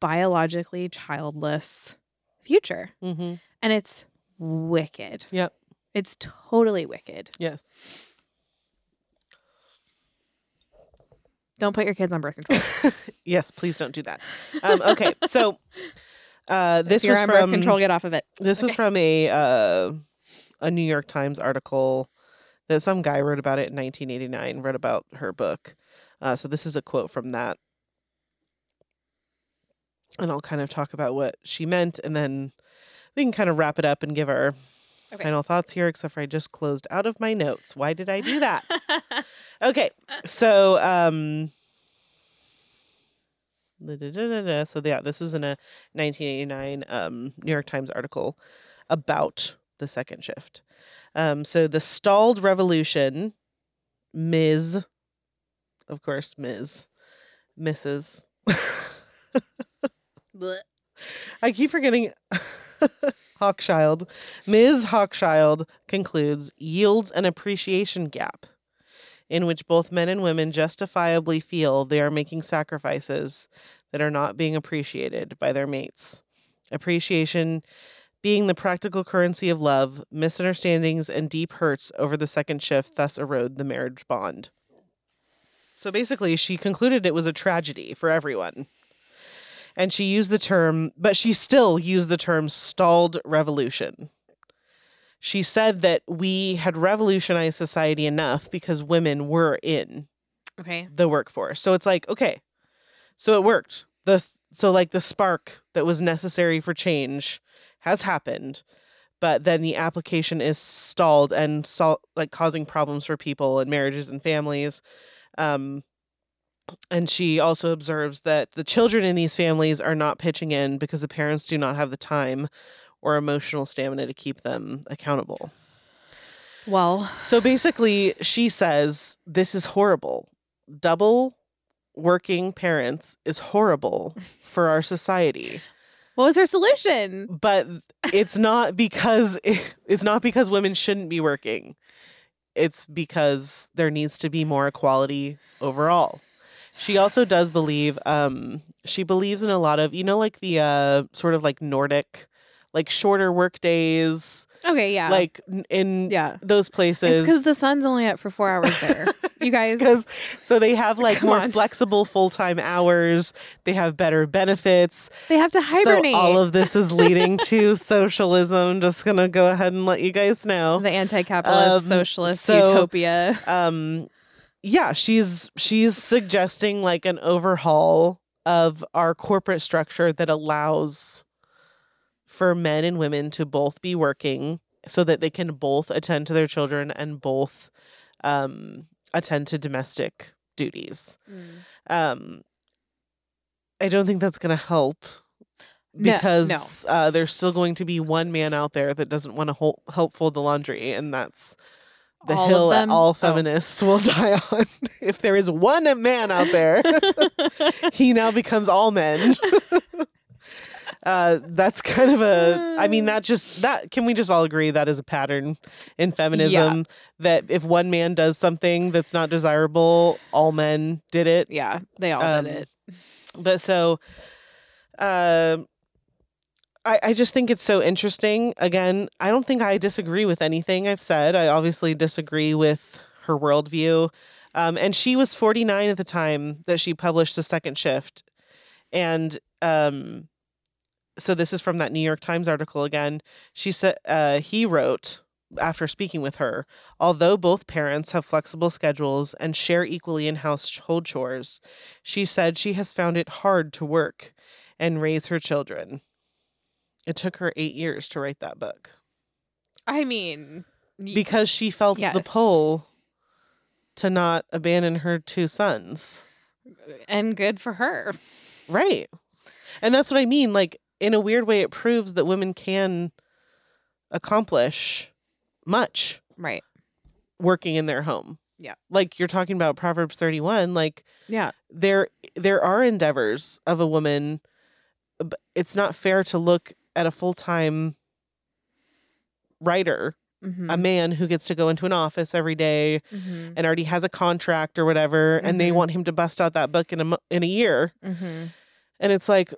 B: biologically childless future.
A: hmm
B: And it's wicked.
A: Yep.
B: It's totally wicked.
A: yes
B: Don't put your kids on birth control.
A: yes please don't do that um, okay so uh, (laughs) this
B: if you're
A: was
B: on birth
A: from
B: control, get off of it.
A: This was
B: Okay.
A: from a uh, a New York Times article that some guy wrote about it in 1989. Wrote about her book. Uh, so this is a quote from that, and I'll kind of talk about what she meant, and then we can kind of wrap it up and give our
B: Okay.
A: final thoughts here. Except for I just closed out of my notes. Why did I do that? Okay, so um, da, da, da, da, da. so yeah, this was in a 1989 um, New York Times article about the second shift. Um, so the stalled revolution, Ms. Of course, Ms. Mrs. I keep forgetting. Hawkshield, Ms. Hawkshield concludes yields an appreciation gap in which both men and women justifiably feel they are making sacrifices that are not being appreciated by their mates. Appreciation being the practical currency of love, misunderstandings and deep hurts over the second shift thus erode the marriage bond. So basically, she concluded it was a tragedy for everyone. And she used the term, but she still used the term stalled revolution. she said that we had revolutionized society enough because women were in
B: (laughs) Okay.
A: the workforce. So it's like, okay. So it worked. The so like the spark that was necessary for change has happened, but then the application is stalled and sol- like causing problems for people and marriages and families. Um and she also observes that the children in these families are not pitching in because the parents do not have the time or emotional stamina to keep them accountable.
B: Well,
A: So basically, she says this is horrible. Double working parents is horrible for our society.
B: what was her solution?
A: But it's not because (laughs) it's not because women shouldn't be working. It's because there needs to be more equality overall. She also does believe um she believes in a lot of you know like the uh sort of like Nordic like shorter work days
B: Okay, yeah.
A: like n- in
B: yeah.
A: those
B: It's
A: places
B: because the sun's only up for four hours there.
A: (laughs)
B: You guys,
A: because so they have like
B: Come
A: more
B: on.
A: flexible full-time hours they have better benefits
B: they have to hibernate.
A: so all of this is leading
B: (laughs)
A: to socialism just gonna go ahead and let you guys know
B: the anti-capitalist
A: Um,
B: socialist
A: so-
B: utopia.
A: um yeah she's she's suggesting like an overhaul of our corporate structure that allows for men and women to both be working so that they can both attend to their children and both um attend to domestic duties um i don't think that's going to help
B: No, no.
A: because Uh, there's still going to be one man out there that doesn't want to hol- help fold the laundry and that's the
B: All of
A: hill that
B: them?
A: all
B: Oh.
A: feminists will (laughs) die on if there is one man
B: (laughs)
A: out there he now becomes all men (laughs) uh that's kind of a i
B: Uh.
A: mean that just that can we just all agree that is a pattern in feminism that if one man does something that's not desirable all men did it
B: yeah, they all
A: Um,
B: did it.
A: but so um I, I just think it's so interesting. Again, I don't think I disagree with anything I've said. I obviously disagree with her worldview. Um, and she was 49 at the time that she published The Second Shift. And um, so this is from that New York Times article again. She said, uh, he wrote after speaking with her, although both parents have flexible schedules and share equally in household chores, she said she has found it hard to work and raise her children. It took her eight years to write that book
B: I mean, y-
A: because she felt the
B: yes.
A: pull to not abandon her two sons.
B: and good for her.
A: Right. And that's what I mean. Like, in a weird way, it proves that women can accomplish much.
B: Right.
A: working in their home.
B: Yeah.
A: Like you're talking about Proverbs 31, like
B: Yeah.
A: there there are endeavors of a woman but it's not fair to look at a full-time writer,
B: Mhm,
A: a man who gets to go into an office every day
B: mhm,
A: and already has a contract or whatever and they
B: Mhm.
A: want him to bust out that book in a mo- in a year
B: mhm.
A: and it's like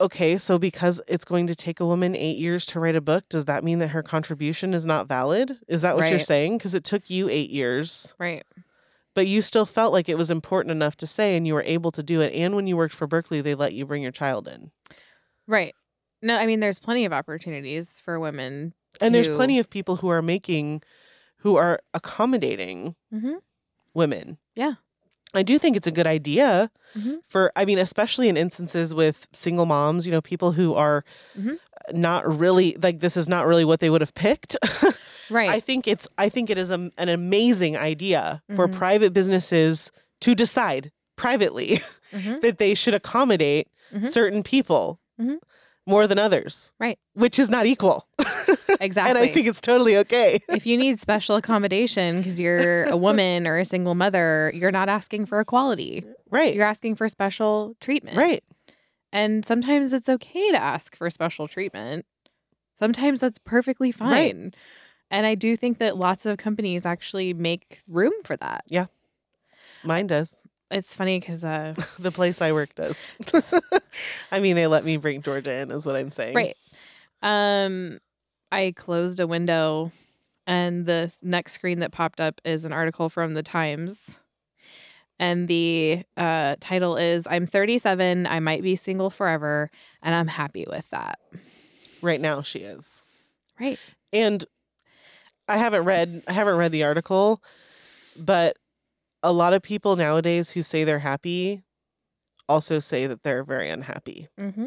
A: okay, so because it's going to take a woman 8 years to write a book, does that mean that her contribution is not valid? Is that what you're
B: Right.
A: saying? Cuz it took you 8 years
B: Right.
A: but you still felt like it was important enough to say and you were able to do it and when you worked for berkeley they let you bring your child in
B: Right. No, I mean, there's plenty of opportunities for women.
A: and there's
B: to-
A: plenty of people who are making who are accommodating
B: Mhm.
A: women
B: Yeah.
A: i do think it's a good idea
B: Mhm.
A: for i mean especially in instances with single moms you know people who are
B: Mhm.
A: not really like this is not really what they would have picked (laughs)
B: Right.
A: I think it's I think it is a, an amazing idea for
B: Mhm.
A: private businesses to decide privately
B: Mhm.
A: (laughs) that they should accommodate
B: Mhm.
A: certain people
B: Mhm.
A: more than others.
B: Right.
A: Which is not equal. (laughs)
B: exactly.
A: And I think it's totally okay.
B: if you need special accommodation because you're a woman or a single mother, you're not asking for equality.
A: Right.
B: You're asking for special treatment.
A: Right.
B: And sometimes it's okay to ask for special treatment. Sometimes that's perfectly fine.
A: Right.
B: And I do think that lots of companies actually make room for that.
A: Mine does. (laughs)
B: It's funny because, uh,
A: The place I
B: (laughs)
A: work does. (laughs) I mean, they let me bring Georgia in is what I'm saying.
B: right. Um, I closed a window, and the s- next screen that popped up is an article from the Times. And the uh, title is I'm 37, I might be single forever, and I'm happy with that.
A: Right now she is.
B: Right.
A: And I haven't read I haven't read the article, but a lot of people nowadays who say they're happy also say that they're very unhappy.
B: Mm-hmm.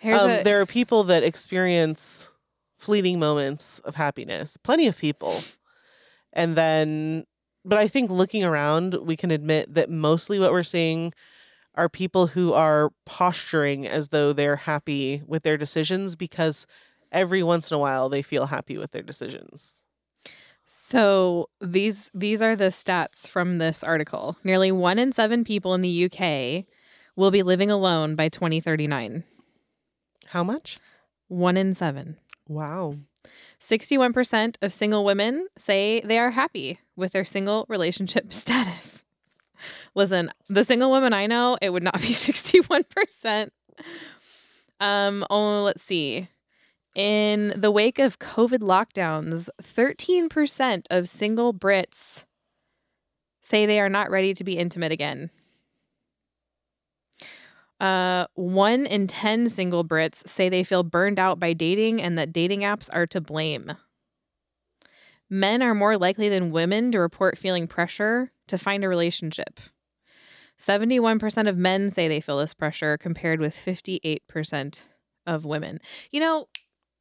B: Here's
A: Um,
B: a,
A: There are people that experience fleeting moments of happiness, plenty of people. And then, but I think looking around, we can admit that mostly what we're seeing are people who are posturing as though they're happy with their decisions because every once in a while they feel happy with their decisions.
B: So these these are the stats from this article. Nearly one in seven people in the UK will be living alone by 2039.
A: How much?
B: One in seven.
A: Wow.
B: 61% of single women say they are happy with their single relationship (laughs) status. Listen, the single women I know, it would not be (laughs) 61%. Um, oh, let's see. In the wake of COVID lockdowns, 13% of single Brits say they are not ready to be intimate again. Uh, one in 10 single Brits say they feel burned out by dating and that dating apps are to blame. Men are more likely than women to report feeling pressure to find a relationship. 71% of men say they feel this pressure, compared with 58% of women. You know,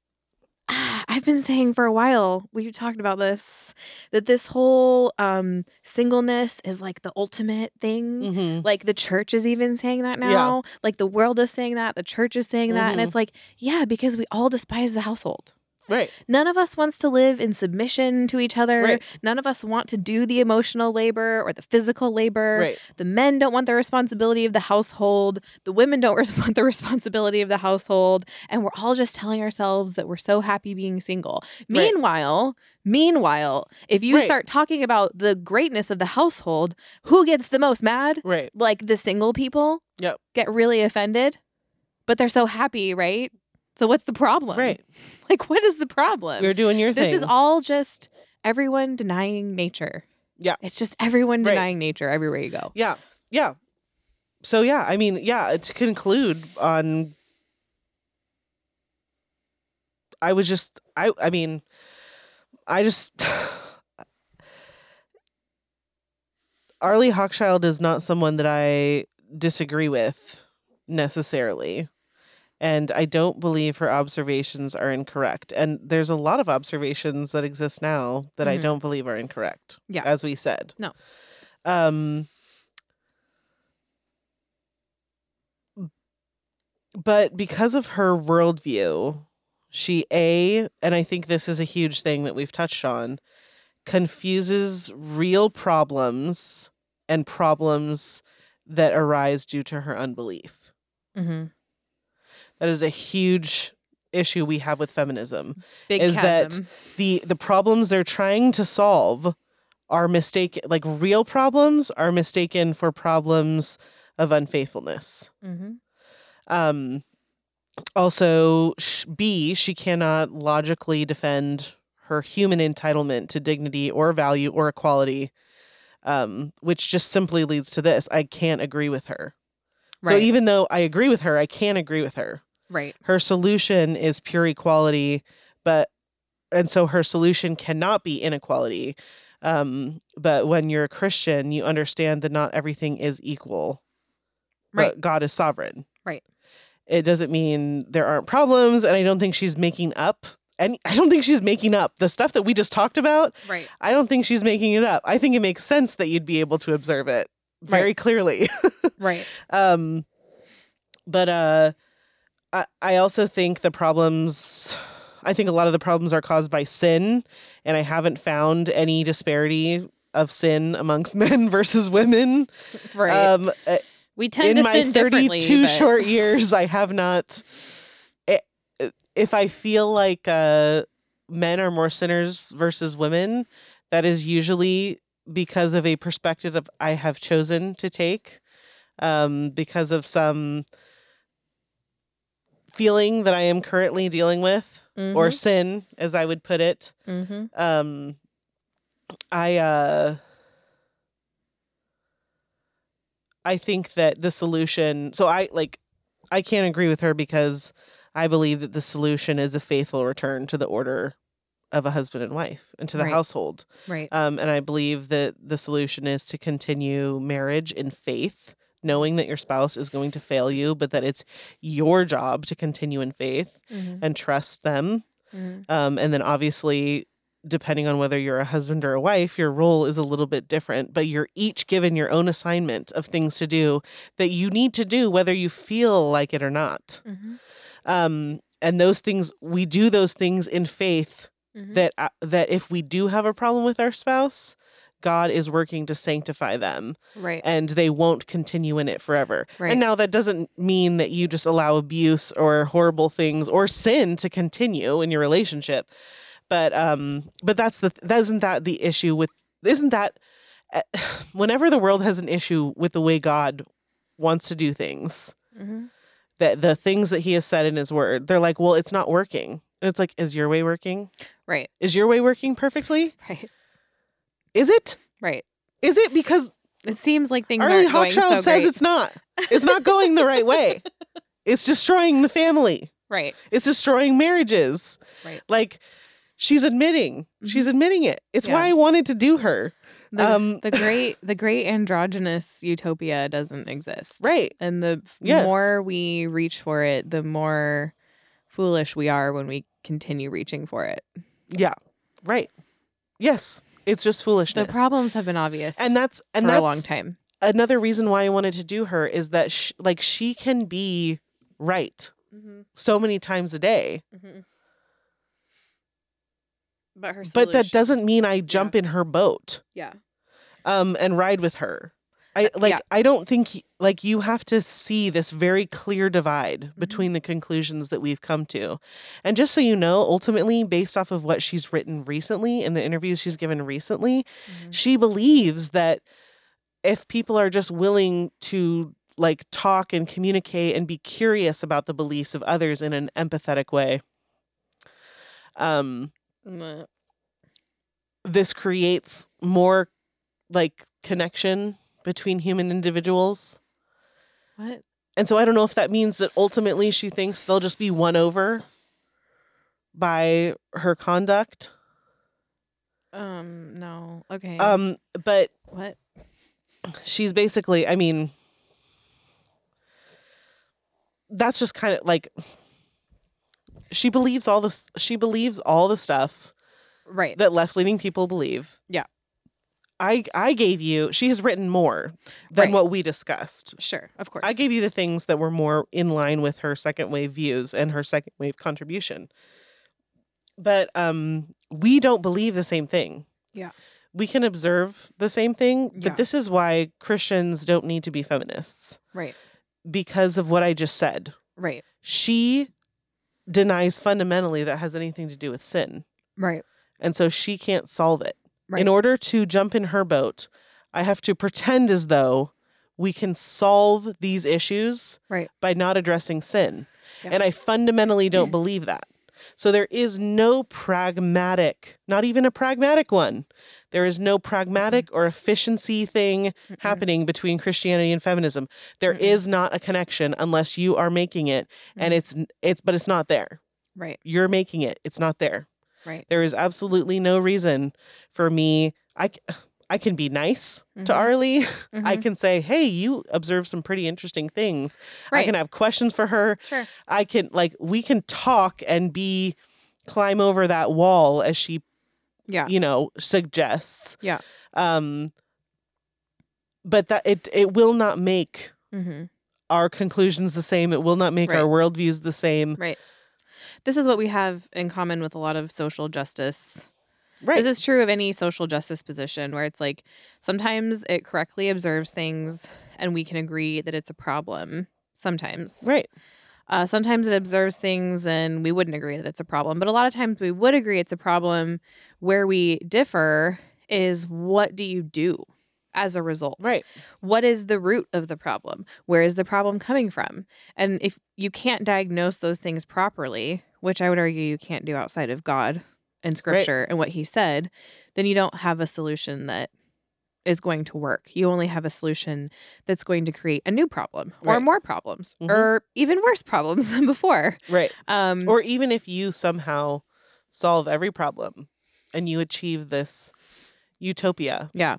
B: (sighs) I've been saying for a while, we've talked about this, that this whole um, singleness is like the ultimate thing
A: Mm-hmm.
B: like the church is even saying that
A: Yeah.
B: now like the world is saying that the church is saying that and
A: Mhm.
B: it's like yeah because we all despise the household
A: Right.
B: none of us wants to live in submission to each other
A: Right.
B: none of us want to do the emotional labor or the physical labor
A: Right.
B: the men don't want the responsibility of the household the women don't (laughs) want the responsibility of the household and we're all just telling ourselves that we're so happy being single
A: Right.
B: meanwhile meanwhile if you
A: Right.
B: start talking about the greatness of the household who gets the most mad
A: Right.
B: like the single people
A: Yep.
B: get really offended, but they're so happy, right? So what's the problem?
A: Right.
B: (laughs) Like what is the problem?
A: You're doing your
B: um, this
A: thing.
B: is all just everyone denying nature.
A: Yeah.
B: It's just everyone
A: Right.
B: denying nature everywhere you go.
A: Yeah. Yeah. So yeah, I mean, yeah, uh, to conclude on I was just I I mean, I just (sighs) Arlie Hochschild is not someone that I disagree with necessarily. And I don't believe her observations are incorrect. And there's a lot of observations that exist now that I
B: Mhm.
A: don't believe are incorrect.
B: Yeah.
A: As we said.
B: No.
A: Um but because of her worldview, she a and I think this is a huge thing that we've touched on, confuses real problems and problems that arise due to her unbelief.
B: Mm-hmm.
A: That is a huge issue we have with feminism.
B: Big
A: Is that-
B: chasm.
A: The the problems they're trying to solve are mistaken like real problems are mistaken for problems of unfaithfulness.
B: mm-hmm.
A: Um, also, sh- B, she cannot logically defend her human entitlement to dignity or value or equality, um, which just simply leads to this. I can't agree with her.
B: Right.
A: So even though I agree with her, I can't agree with her.
B: right.
A: Her solution is pure equality, but and so her solution cannot be inequality. Um, but when you're a Christian, you understand that not everything is equal
B: Right.
A: but God is sovereign.
B: Right.
A: It doesn't mean there aren't problems, and I don't think she's making up. And (laughs) I don't think she's making up the stuff that we just talked about. (laughs)
B: Right.
A: I don't think she's making it up. I think it makes sense that you'd be able to observe it very
B: Right.
A: clearly.
B: Right.
A: Um, but uh, I, I also think the problems, I think a lot of the problems are caused by sin, and I haven't found any disparity of sin amongst (laughs) men versus women.
B: Right.
A: Um, uh,
B: we tend to
A: in my
B: sin differently.
A: 32
B: but-
A: short years i have not i- if i feel like uh, men are more sinners versus women that is usually because of a perspective of i have chosen to take um, because of some feeling that i am currently dealing with
B: mm-hmm,
A: or sin as i would put it
B: Mhm, mhm.
A: um i uh i think that the solution so i like i can't agree with her because i believe that the solution is a faithful return to the order of a husband and wife and to the
B: Right.
A: household.
B: Right.
A: Um, and I believe that the solution is to continue marriage in faith, knowing that your spouse is going to fail you, but that it's your job to continue in faith
B: mm-hmm,
A: and trust them. Um, and then obviously, depending on whether you're a husband or a wife, your role is a little bit different, but you're each given your own assignment of things to do that you need to do, whether you feel like it or not.
B: mm-hmm,
A: Um, and those things, we do those things in faith
B: Mm-hmm.
A: that uh, that if we do have a problem with our spouse god is working to sanctify them
B: right.
A: and they won't continue in it forever
B: Right.
A: and now that doesn't mean that you just allow abuse or horrible things or sin to continue in your relationship but um but that's the that isn't that the issue with isn't that eh, (sighs) whenever the world has an issue with the way god wants to do things
B: mm-hmm,
A: that the things that he has said in his word they're like well it's not working and it's like is your way working
B: Right. (laughs)
A: is your way working perfectly?
B: Right.
A: Is it?
B: Right.
A: Is it because
B: It seems like things
A: Arlie
B: aren't going
A: Hochschild
B: so
A: says
B: great.
A: it's not? It's
B: (laughs)
A: not going the right way. It's destroying the family.
B: right.
A: It's destroying marriages.
B: Right. Mm-hmm.
A: Like she's admitting, she's admitting it. It's why
B: Yeah.
A: I wanted to do her.
B: The,
A: Um,
B: the great the great androgynous utopia doesn't exist.
A: Right.
B: And the f-
A: Yes.
B: more we reach for it, the more foolish we are when we continue reaching for it.
A: Yeah. Right. Yes. It's just foolishness.
B: The problems have been obvious
A: and that's and
B: for
A: that's
B: a long time.
A: another reason why I wanted to do her is that sh- like she can be right
B: Mm-hmm,
A: so many times a day.
B: But her
A: but that doesn't mean I jump in her boat
B: yeah.
A: um and ride with her. I like
B: yeah.
A: I don't think y- like you have to see this very clear divide between the conclusions that we've come to. And just so you know, ultimately based off of what she's written recently and the interviews she's given recently,
B: Mm-hmm.
A: she believes that if people are just willing to like talk and communicate and be curious about the beliefs of others in an empathetic way, um
B: Mm, uh,
A: this creates more like connection between human individuals.
B: What?
A: And so I don't know if that means that ultimately she thinks they'll just be won over by her conduct.
B: Um. No. Okay.
A: Um but
B: What?
A: she's basically, I mean that's just kind of like she believes all this she believes all the stuff
B: Right.
A: that left-leaning people believe.
B: Yeah.
A: I I gave you. She has written more than
B: Right.
A: what we discussed.
B: sure. Of course.
A: I gave you the things that were more in line with her second wave views and her second wave contribution. But um we don't believe the same thing.
B: Yeah.
A: We can observe the same thing, but
B: Yeah.
A: this is why Christians don't need to be feminists
B: Right.
A: because of what I just said.
B: Right.
A: She denies fundamentally that has anything to do with sin,
B: Right.
A: and so she can't solve it.
B: Right.
A: In order to jump in her boat, I have to pretend as though we can solve these issues
B: Right.
A: by not addressing sin.
B: Yeah.
A: And I
B: (laughs)
A: fundamentally don't believe that. So there is no pragmatic, not even a pragmatic one. There is no pragmatic or efficiency thing happening between Christianity and feminism. There is
B: Mm-mm.
A: not a connection unless you are making it and
B: Mhm.
A: it's n- it's but it's not there.
B: Right.
A: You're making it. It's not there.
B: Right.
A: There is absolutely no reason for me. I, c- (sighs) I can be nice to
B: Mhm.
A: Arlie. I
B: Mhm.
A: can say, hey, you observe some pretty interesting things. I
B: Right.
A: can have questions for her.
B: Sure.
A: I can, like, we can talk and be, climb over that wall as she,
B: Yeah.
A: you know, suggests.
B: Yeah.
A: Um, but that it it will not make
B: Mm-hmm.
A: our conclusions the same. It will not make our worldviews the same. (laughs)
B: Right. This is what we have in common with a lot of social justice.
A: Right.
B: This is true of any social justice position where it's like sometimes it correctly observes things and we can agree that it's a problem. Sometimes.
A: right.
B: Uh, sometimes it observes things and we wouldn't agree that it's a problem, but a lot of times we would agree it's a problem. Where we differ is what do you do as a result?
A: Right.
B: What is the root of the problem? Where is the problem coming from? And if you can't diagnose those things properly, which I would argue you can't do outside of God and scripture and what he said, then you don't have a solution that is going to work. You only have a solution that's going to create a new problem or
A: Right.
B: more problems (laughs)
A: Mhm.
B: or even worse problems than before.
A: Right.
B: Um,
A: or even if you somehow solve every problem and you achieve this utopia,
B: Yeah.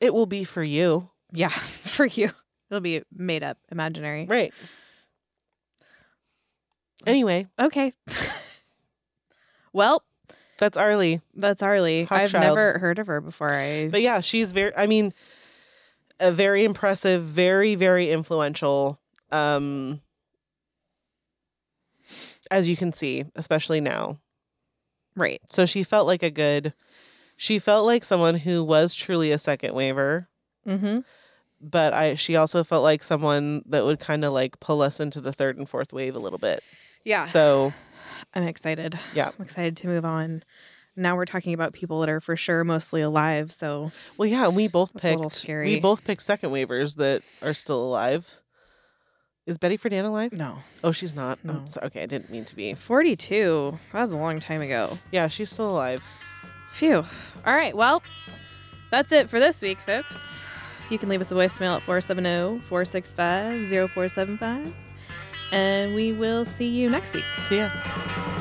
A: it will be for you.
B: Yeah. (laughs) For you. It'll be made up, imaginary.
A: Right. Anyway,
B: Okay. (laughs) well,
A: that's Arlie.
B: that's Arlie.
A: Hot
B: I've
A: child.
B: never heard of her before. I
A: But yeah, she's very I mean a very impressive, very very influential um as you can see, especially now.
B: right.
A: So she felt like a good she felt like someone who was truly a second waiver,
B: Mm-hmm.
A: but I she also felt like someone that would kind of like pull us into the third and fourth wave a little bit.
B: Yeah.
A: So,
B: I'm excited.
A: Yeah.
B: I'm excited to move on. Now we're talking about people that are for sure mostly alive. So
A: well yeah, we both
B: That's a little
A: picked
B: scary.
A: we both picked second waivers that are still alive. Is Betty Friedan alive?
B: no.
A: Oh, she's not. I'm
B: No.
A: so- okay, I didn't mean to be.
B: Forty two. That was a long time ago.
A: Yeah, she's still alive.
B: Phew. All right. Well, that's it for this week, folks. You can leave us a voicemail at oh, 470 465 0475. And we will see you next week.
A: See ya.
B: Bye.